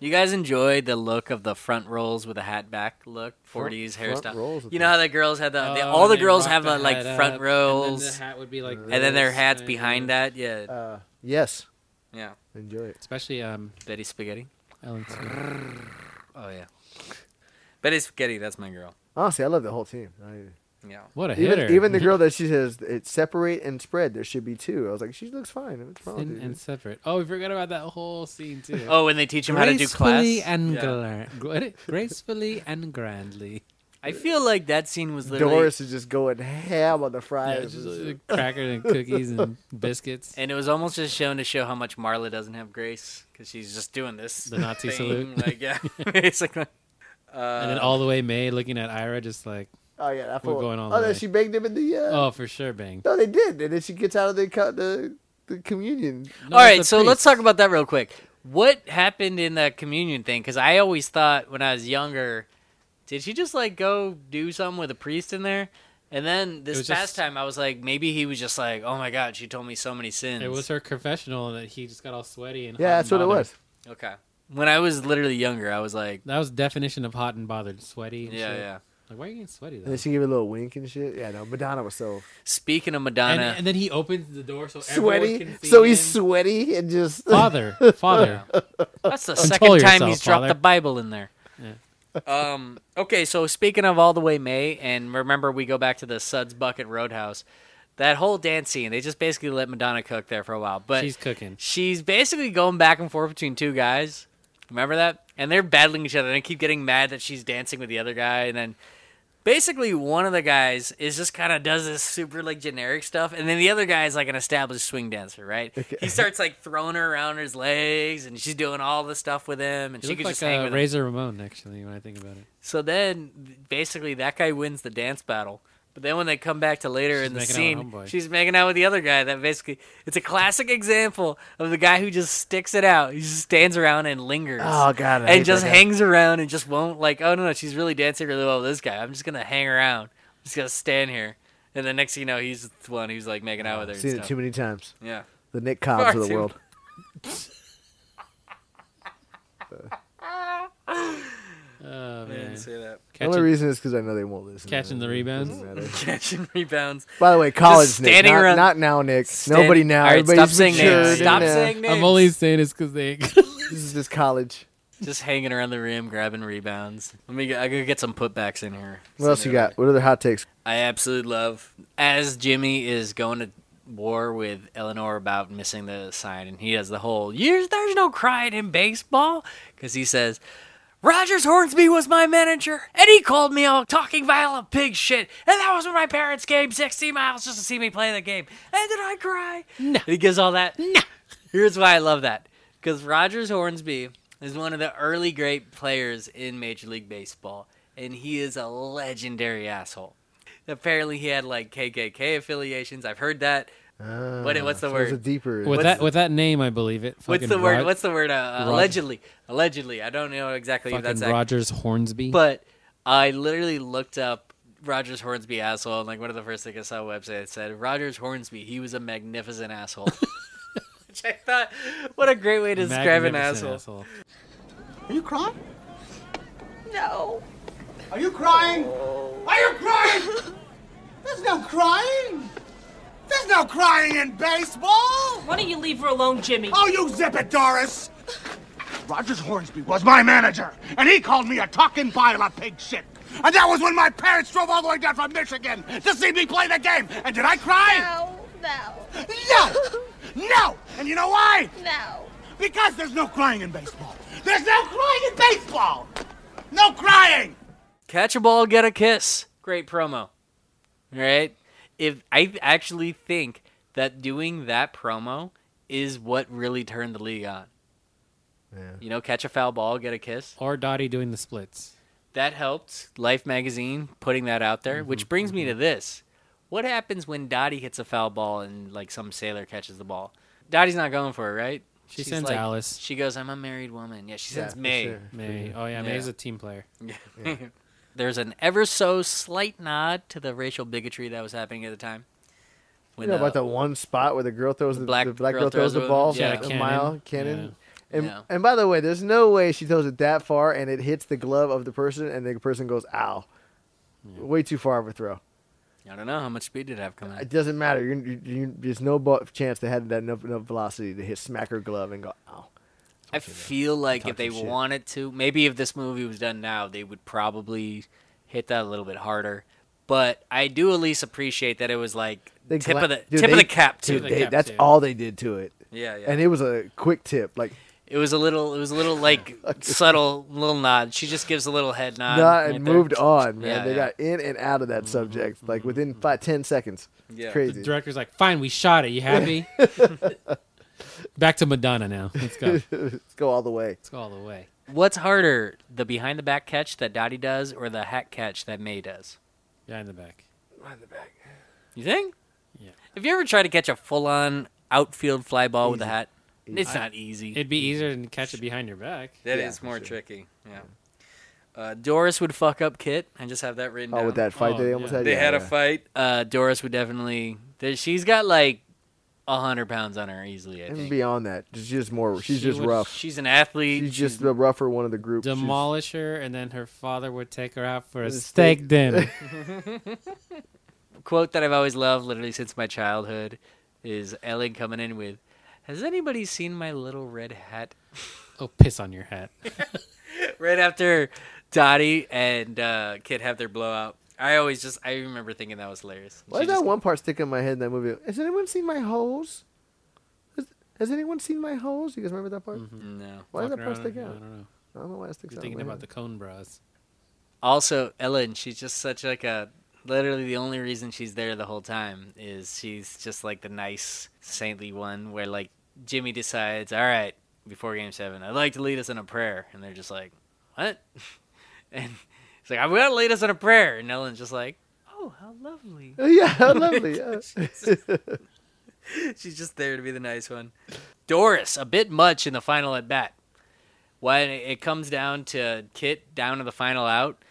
Speaker 2: You guys enjoyed the look of the front rolls with a hat back look,
Speaker 3: Front-
Speaker 2: forties
Speaker 3: front
Speaker 2: hairstyle.
Speaker 3: rolls with
Speaker 2: you
Speaker 3: the-
Speaker 2: know how the girls had the, they-
Speaker 3: Oh,
Speaker 2: all the
Speaker 3: they
Speaker 2: girls
Speaker 3: rock
Speaker 2: have
Speaker 3: the
Speaker 2: the, like
Speaker 3: hat up,
Speaker 2: front
Speaker 3: and then the
Speaker 2: rolls,
Speaker 3: hat would be like
Speaker 2: and then their
Speaker 3: this,
Speaker 2: hats
Speaker 3: and-
Speaker 2: behind that. Yeah,
Speaker 1: Uh, yes,
Speaker 2: yeah.
Speaker 1: enjoy it.
Speaker 3: Especially um,
Speaker 2: Betty Spaghetti.
Speaker 3: Ellen. Smith.
Speaker 2: Oh yeah, Betty Spaghetti. That's my girl.
Speaker 1: Honestly, I love the whole team. I,
Speaker 2: Yeah.
Speaker 3: What a
Speaker 1: even,
Speaker 3: hitter!
Speaker 1: even the girl that she says it separate and spread. There should be two. I was like, she looks fine. What's wrong,
Speaker 3: Thin
Speaker 1: dude?
Speaker 3: and separate. Oh, we forgot about that whole scene too.
Speaker 2: Oh, when they teach him how to do class.
Speaker 3: Gracefully and
Speaker 2: Yeah.
Speaker 3: gla- gra- gracefully and grandly.
Speaker 2: I feel like that scene was literally,
Speaker 1: Doris is just going ham on the
Speaker 3: Yeah,
Speaker 1: fries.
Speaker 3: just like crackers and cookies and biscuits.
Speaker 2: and it was almost just shown to show how much Marla doesn't have grace because she's just doing this.
Speaker 3: The Nazi
Speaker 2: thing,
Speaker 3: salute.
Speaker 2: like yeah, basically. Uh,
Speaker 3: and then all the way May looking at Ira just like,
Speaker 1: oh yeah, that
Speaker 3: We're
Speaker 1: fool.
Speaker 3: going all
Speaker 1: oh,
Speaker 3: the
Speaker 1: then
Speaker 3: way.
Speaker 1: she banged him in the. Uh,
Speaker 3: oh, for sure, bang.
Speaker 1: No, they did, and then she gets out of the co- the, the communion.
Speaker 3: No,
Speaker 2: all
Speaker 3: it's
Speaker 2: right,
Speaker 3: the
Speaker 2: so let's
Speaker 3: priest.
Speaker 2: talk about that real quick. What happened in that communion thing? Because I always thought when I was younger, did she just like go do something with a priest in there? And then this
Speaker 3: was
Speaker 2: past
Speaker 3: just-
Speaker 2: time, I was like, maybe he was just like, oh my god, she told me so many sins.
Speaker 3: It was her confessional that he just got all sweaty and
Speaker 1: Yeah,
Speaker 3: hot and
Speaker 1: that's what it
Speaker 3: bothered.
Speaker 1: was.
Speaker 2: okay. When I was literally younger, I was like,
Speaker 3: That was definition of hot and bothered, sweaty. And
Speaker 2: yeah,
Speaker 3: shit.
Speaker 2: yeah.
Speaker 3: Like, why are you getting sweaty
Speaker 1: And then
Speaker 3: though?
Speaker 1: she gave it a little wink and shit. Yeah, no, Madonna was so
Speaker 2: Speaking of
Speaker 3: And,
Speaker 2: Madonna,
Speaker 3: and then he opens the door so everyone
Speaker 1: sweaty.
Speaker 3: can see
Speaker 1: So he's
Speaker 3: him.
Speaker 1: sweaty and just
Speaker 3: father, father.
Speaker 2: That's the
Speaker 3: Control
Speaker 2: second time
Speaker 3: yourself,
Speaker 2: he's dropped
Speaker 3: father.
Speaker 2: the Bible in there. um, okay, so speaking of all the way May, and remember we go back to the Suds Bucket Roadhouse. That whole dance scene, they just basically let Madonna cook there for a while, but
Speaker 3: She's cooking.
Speaker 2: she's basically going back and forth between two guys. Remember that? And they're battling each other, and they keep getting mad that she's dancing with the other guy, and then basically one of the guys is just kind of does this super like generic stuff and then the other guy is like an established swing dancer right he starts like throwing her around his legs and she's doing all the stuff with him and
Speaker 3: He
Speaker 2: she
Speaker 3: looked
Speaker 2: could
Speaker 3: like
Speaker 2: just hang
Speaker 3: uh,
Speaker 2: with him.
Speaker 3: Razor Ramon actually when I think about it.
Speaker 2: so then basically that guy wins the dance battle but then when they come back to later
Speaker 3: She's
Speaker 2: in the
Speaker 3: making out
Speaker 2: scene
Speaker 3: with homeboy.
Speaker 2: she's making out with the other guy that basically it's a classic example of the guy who just sticks it out he just stands around and lingers
Speaker 1: Oh god, I hate
Speaker 2: and just
Speaker 1: that guy.
Speaker 2: hangs around and just won't like oh no no she's really dancing really well with this guy i'm just gonna hang around i'm just gonna stand here and the next thing you know he's the one who's like making out with her
Speaker 1: I've
Speaker 2: and
Speaker 1: seen it
Speaker 2: stuff.
Speaker 1: too many times.
Speaker 2: yeah
Speaker 1: The Nick
Speaker 2: Far
Speaker 1: Cobbs of
Speaker 2: too-
Speaker 1: the world.
Speaker 3: Oh man,
Speaker 2: that
Speaker 1: The only reason is because I know they won't listen. to
Speaker 3: catching
Speaker 1: it.
Speaker 3: the
Speaker 1: It doesn't
Speaker 3: rebounds.
Speaker 1: matter.
Speaker 2: catching rebounds
Speaker 1: By the way, college
Speaker 2: Just
Speaker 1: Nick,
Speaker 2: standing
Speaker 1: not,
Speaker 2: around-
Speaker 1: not now, Nick.
Speaker 2: Stand-
Speaker 1: Nobody now.
Speaker 2: All right,
Speaker 1: Everybody's
Speaker 2: stop saying
Speaker 1: matured
Speaker 2: names.
Speaker 1: and uh,
Speaker 2: Stop
Speaker 1: now-
Speaker 2: saying names.
Speaker 3: I'm only saying it's because they.
Speaker 1: This is just college.
Speaker 2: Just hanging around the rim, grabbing rebounds. Let me. Go, I gotta get some putbacks in here.
Speaker 1: What else you got? What other hot takes?
Speaker 2: I absolutely love as Jimmy is going to war with Eleanor about missing the sign, and he does the whole "Years there's no crying in baseball" because he says. Rogers Hornsby was my manager, and he called me all talking violent pig shit. And that was when my parents came 60 miles just to see me play the game. And did I cry? No. He gives all that. No. Here's why I love that because Rogers Hornsby is one of the early great players in Major League Baseball, and he is a legendary asshole. Apparently, he had like KKK affiliations. I've heard that. What- what's the
Speaker 1: Ah, so
Speaker 2: word?
Speaker 1: It's a deeper.
Speaker 3: With
Speaker 2: What's-
Speaker 3: that with that name, I believe it.
Speaker 2: What's
Speaker 3: Fucking
Speaker 2: the word?
Speaker 3: Rod-
Speaker 2: What's the word? Uh,
Speaker 3: Rod-
Speaker 2: allegedly, allegedly. I don't know exactly if
Speaker 3: Fucking
Speaker 2: that's accurate.
Speaker 3: Rogers Hornsby.
Speaker 2: But I literally looked up Rogers Hornsby asshole, and like one of the first things I saw on the website said Rogers Hornsby. He was a magnificent asshole. Which I thought, what a great way to describe an
Speaker 3: Magnificent
Speaker 2: asshole.
Speaker 7: Are you crying?
Speaker 10: No.
Speaker 7: Are you crying? Are you crying? There's no crying. There's no crying in baseball.
Speaker 10: Why don't you leave her alone, Jimmy?
Speaker 7: Oh, you zip it, Doris. Rogers Hornsby was my manager, and he called me a talking pile of pig shit. And that was when my parents drove all the way down from Michigan to see me play the game. And did I cry?
Speaker 8: No.
Speaker 7: No. No. And you know why?
Speaker 8: No.
Speaker 7: Because there's no crying in baseball. There's no crying in baseball. No crying.
Speaker 2: Catch a ball, get a kiss. Great promo. All right. If I actually think that doing that promo is what really turned the league on. You know, catch a foul ball, get a kiss.
Speaker 3: Or Dottie doing the splits.
Speaker 2: That helped Life magazine putting that out there,
Speaker 3: Mm-hmm,
Speaker 2: which brings me to this. What happens when Dottie hits a foul ball and like some sailor catches the ball? Dottie's not going for it, right?
Speaker 3: She sends
Speaker 2: like-
Speaker 3: Alice.
Speaker 2: She goes, I'm a married woman. Yeah, she
Speaker 3: Yeah,
Speaker 2: sends
Speaker 3: for
Speaker 2: May.
Speaker 3: sure. May. Oh, yeah, May's a team player.
Speaker 2: Yeah. There's an ever so slight nod to the racial bigotry that was happening at the time.
Speaker 1: you know
Speaker 2: uh,
Speaker 1: about that one spot where the girl throws the, black, the black girl, throws, the ball
Speaker 2: yeah,
Speaker 1: a
Speaker 2: cannon.
Speaker 1: mile cannon. And,
Speaker 2: Yeah.
Speaker 1: and by the way, there's no way she throws it that far and it hits the glove of the person and the person goes ow, way too far of a throw.
Speaker 2: I don't know how much speed did it have coming.
Speaker 1: It doesn't matter. You're, you you- there's no bu- chance they had that enough, enough velocity to hit smack her glove and go ow.
Speaker 2: I feel like
Speaker 1: Talking
Speaker 2: if they
Speaker 1: shit.
Speaker 2: wanted to, maybe if this movie was done now, they would probably hit that a little bit harder. But I do at least appreciate that it was like
Speaker 1: They
Speaker 2: tip
Speaker 1: gla-
Speaker 2: of the
Speaker 1: Dude,
Speaker 2: tip of
Speaker 1: they-
Speaker 2: the cap too.
Speaker 1: dude, they- that's all they did to it.
Speaker 2: Yeah, yeah.
Speaker 1: And it was a quick tip, like
Speaker 2: It was a little, it was a little like subtle little nod. She just gives a little head nod.
Speaker 1: not
Speaker 2: right
Speaker 1: and
Speaker 2: there.
Speaker 1: moved on, man.
Speaker 2: Yeah,
Speaker 1: they
Speaker 2: yeah.
Speaker 1: got in and out of that subject like within five, ten seconds. It's
Speaker 2: Yeah.
Speaker 1: crazy.
Speaker 3: The director's like, fine, we shot it. You happy? Back to Madonna now. Let's go.
Speaker 1: Let's go all the way.
Speaker 3: Let's go all the way.
Speaker 2: What's harder, the behind the back catch that Dottie does, or the hat catch that May does?
Speaker 3: Behind the back.
Speaker 1: Behind the back.
Speaker 2: You think?
Speaker 3: Yeah.
Speaker 2: Have you ever tried to catch a full on outfield fly ball with a hat? It's
Speaker 3: I-
Speaker 2: not easy.
Speaker 3: It'd be easier than catch it behind your back.
Speaker 2: That is more tricky. Yeah. Uh, Doris would fuck up Kit. I just have that written
Speaker 1: Oh,
Speaker 2: down.
Speaker 1: with that fight that they almost had.
Speaker 2: They
Speaker 1: Yeah,
Speaker 2: had a
Speaker 1: yeah.
Speaker 2: fight. Uh, Doris would definitely. there- She's got like a hundred pounds on her easily. I
Speaker 1: And
Speaker 2: think.
Speaker 1: beyond that, she's just more. She's
Speaker 2: She
Speaker 1: just
Speaker 2: would-
Speaker 1: rough.
Speaker 2: She's an athlete.
Speaker 1: She's just the rougher one of the group. She's-
Speaker 3: Demolish her, and then her father would take her out for a
Speaker 1: The
Speaker 3: steak,
Speaker 1: steak.
Speaker 3: dinner.
Speaker 2: quote that I've always loved, literally since my childhood, is Ellen coming in with, "Has anybody seen my little red hat?"
Speaker 3: oh, piss on your hat.
Speaker 2: right after Dottie and uh, Kit have their blowout. I always just I remember thinking that was hilarious.
Speaker 1: Why
Speaker 2: She
Speaker 1: does that
Speaker 2: just-
Speaker 1: one part stick in my head in that movie? Has anyone seen my hose? Has, has anyone seen my hose? You guys remember that part?
Speaker 2: No.
Speaker 1: Why does
Speaker 3: Walking
Speaker 1: that part
Speaker 3: around,
Speaker 1: stick
Speaker 3: I
Speaker 1: out?
Speaker 3: don't know.
Speaker 1: I don't know why it sticks
Speaker 3: You're
Speaker 1: out.
Speaker 3: thinking
Speaker 1: in my
Speaker 3: about the cone bras.
Speaker 2: Also, Ellen, she's just such like a literally the only reason she's there the whole time is she's just like the nice saintly one where like Jimmy decides, "All right, before game 7, I'd like to lead us in a prayer." And they're just like, "What?" And he's like, "I'm going to lead us in a prayer." And Ellen's just like, "Oh, how lovely."
Speaker 1: head. yeah, how lovely. Yeah.
Speaker 2: She's just there to be the nice one. Doris, a bit much in the final at bat. When it comes down to Kit down to the final out,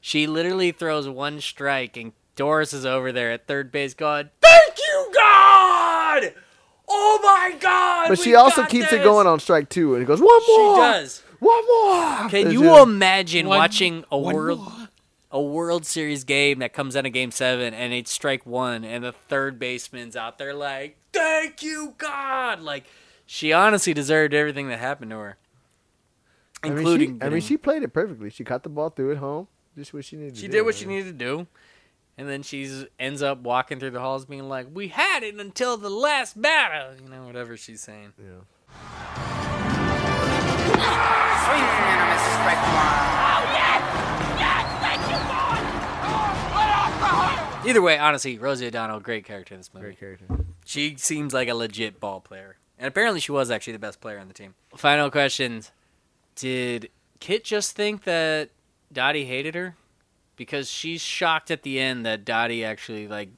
Speaker 2: she literally throws one strike, and Doris is over there at third base going, Thank you, God! Oh my God!
Speaker 1: but she
Speaker 2: we
Speaker 1: also
Speaker 2: got
Speaker 1: keeps
Speaker 2: this!"
Speaker 1: it going on strike two, and it goes one more.
Speaker 2: She does.
Speaker 1: One more.
Speaker 2: Can
Speaker 1: It's
Speaker 2: you
Speaker 1: just-
Speaker 2: imagine
Speaker 1: One-
Speaker 2: watching a
Speaker 1: one
Speaker 2: world a World Series game that comes out of Game Seven and it's strike one, and the third baseman's out there like, "Thank you, God!" Like she honestly deserved everything that happened to her,
Speaker 1: I mean, she-
Speaker 2: including.
Speaker 1: I mean,
Speaker 2: getting-
Speaker 1: she played it perfectly. She caught the ball, threw it home. Just what she needed.
Speaker 2: she,
Speaker 1: to do,
Speaker 2: did what
Speaker 1: I
Speaker 2: she
Speaker 1: mean.
Speaker 2: needed to do, And then she's ends up walking through the halls being like, We had it until the last battle you know, whatever she's saying.
Speaker 1: Yeah.
Speaker 2: Either way, honestly, Rosie O'Donnell, great character in this movie. Great
Speaker 1: character.
Speaker 2: She seems like a legit ball player. And apparently she was actually the best player on the team. Final questions. Did Kit just think that Dottie hated her? Because she's shocked at the end that Dottie actually like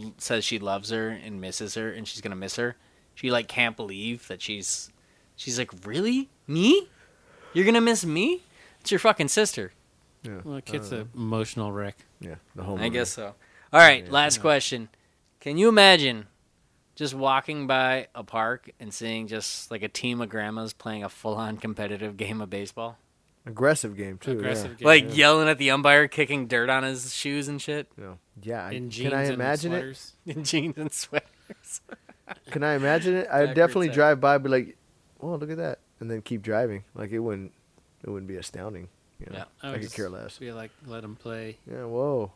Speaker 2: l- says she loves her and misses her and she's gonna miss her. She like can't believe that she's she's like, Really? Me? You're gonna miss me? It's your fucking sister.
Speaker 1: Yeah.
Speaker 3: Well, Kit's a emotional wreck.
Speaker 1: Yeah, the whole
Speaker 2: I
Speaker 1: movie.
Speaker 2: guess so. All right, last question. Can you imagine just walking by a park and seeing just like a team of grandmas playing a full on competitive game of baseball?
Speaker 1: Aggressive game too.
Speaker 3: Aggressive
Speaker 1: yeah.
Speaker 3: game.
Speaker 2: like
Speaker 3: yeah.
Speaker 2: yelling at the umpire, kicking dirt on his shoes and shit.
Speaker 1: Yeah. Yeah, I-
Speaker 3: In jeans
Speaker 1: can I
Speaker 3: and
Speaker 1: imagine it?
Speaker 3: sweaters.
Speaker 2: In jeans and sweaters.
Speaker 1: Can I imagine it? I'd
Speaker 2: Backwards
Speaker 1: definitely
Speaker 2: act.
Speaker 1: drive by, and be like, "Oh, look at that," and then keep driving. Like it wouldn't, it wouldn't be astounding. You know?
Speaker 2: Yeah.
Speaker 1: I,
Speaker 3: would
Speaker 1: could
Speaker 3: just
Speaker 1: care less.
Speaker 3: Be like, let him play.
Speaker 1: Yeah, whoa.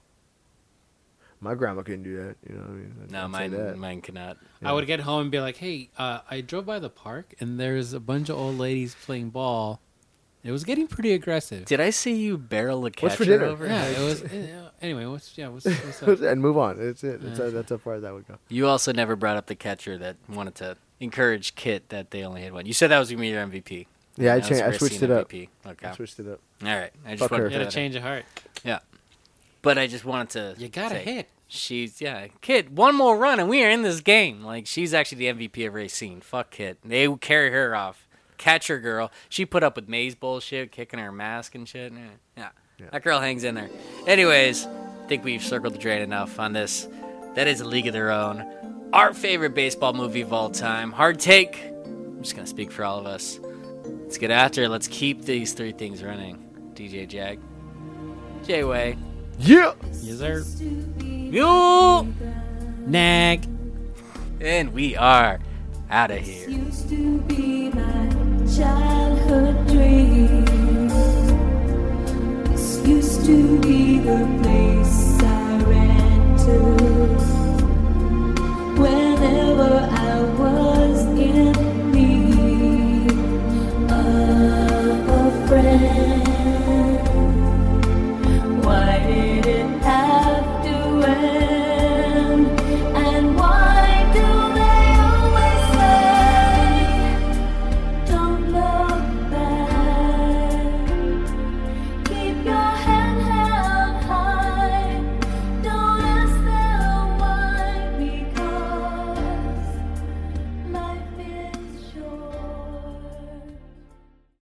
Speaker 1: My grandma couldn't do that. You know, what I mean, I'd-
Speaker 2: No,
Speaker 1: I'd say
Speaker 2: mine
Speaker 1: that.
Speaker 2: mine cannot.
Speaker 3: I would get home and be like, hey, uh, I drove by the park and there's a bunch of old ladies playing ball. It was getting pretty aggressive.
Speaker 2: Did I see you barrel a catcher
Speaker 1: What's for dinner?
Speaker 2: over?
Speaker 3: Yeah, it was. uh, Anyway, what's yeah? What's, what's up?
Speaker 1: and move on. That's it. That's, that's how far that would go.
Speaker 2: You also never brought up the catcher that wanted to encourage Kit that they only had one. You said that was gonna be your MVP.
Speaker 1: Yeah, I
Speaker 2: That was
Speaker 1: changed. I
Speaker 2: your
Speaker 1: switched
Speaker 2: scene
Speaker 1: it up.
Speaker 2: MVP. Okay.
Speaker 1: I switched it up.
Speaker 2: All right. I just
Speaker 1: Fuck
Speaker 2: wanted
Speaker 1: her.
Speaker 2: to put
Speaker 3: You had a
Speaker 2: that in.
Speaker 3: change of heart.
Speaker 2: Yeah. But I just wanted to.
Speaker 3: You got a
Speaker 2: say,
Speaker 3: hit.
Speaker 2: She's yeah, Kid. One more run and we are in this game. Like she's actually the MVP of Racine. Fuck Kit. They would carry her off. Catch her girl. She put up with Maze bullshit, kicking her mask and shit. Yeah. yeah. That girl hangs in there. Anyways, I think we've circled the drain enough on this. That is a league of their own. Our favorite baseball movie of all time. Hard take. I'm just gonna speak for all of us. Let's get after it. Let's keep these three things running. DJ Jag. J Way.
Speaker 1: Yeah.
Speaker 3: Yes, sir.
Speaker 2: Mule!
Speaker 3: Nag.
Speaker 2: And we are out of here.
Speaker 16: used to be my childhood dream. This used to be the place I ran to.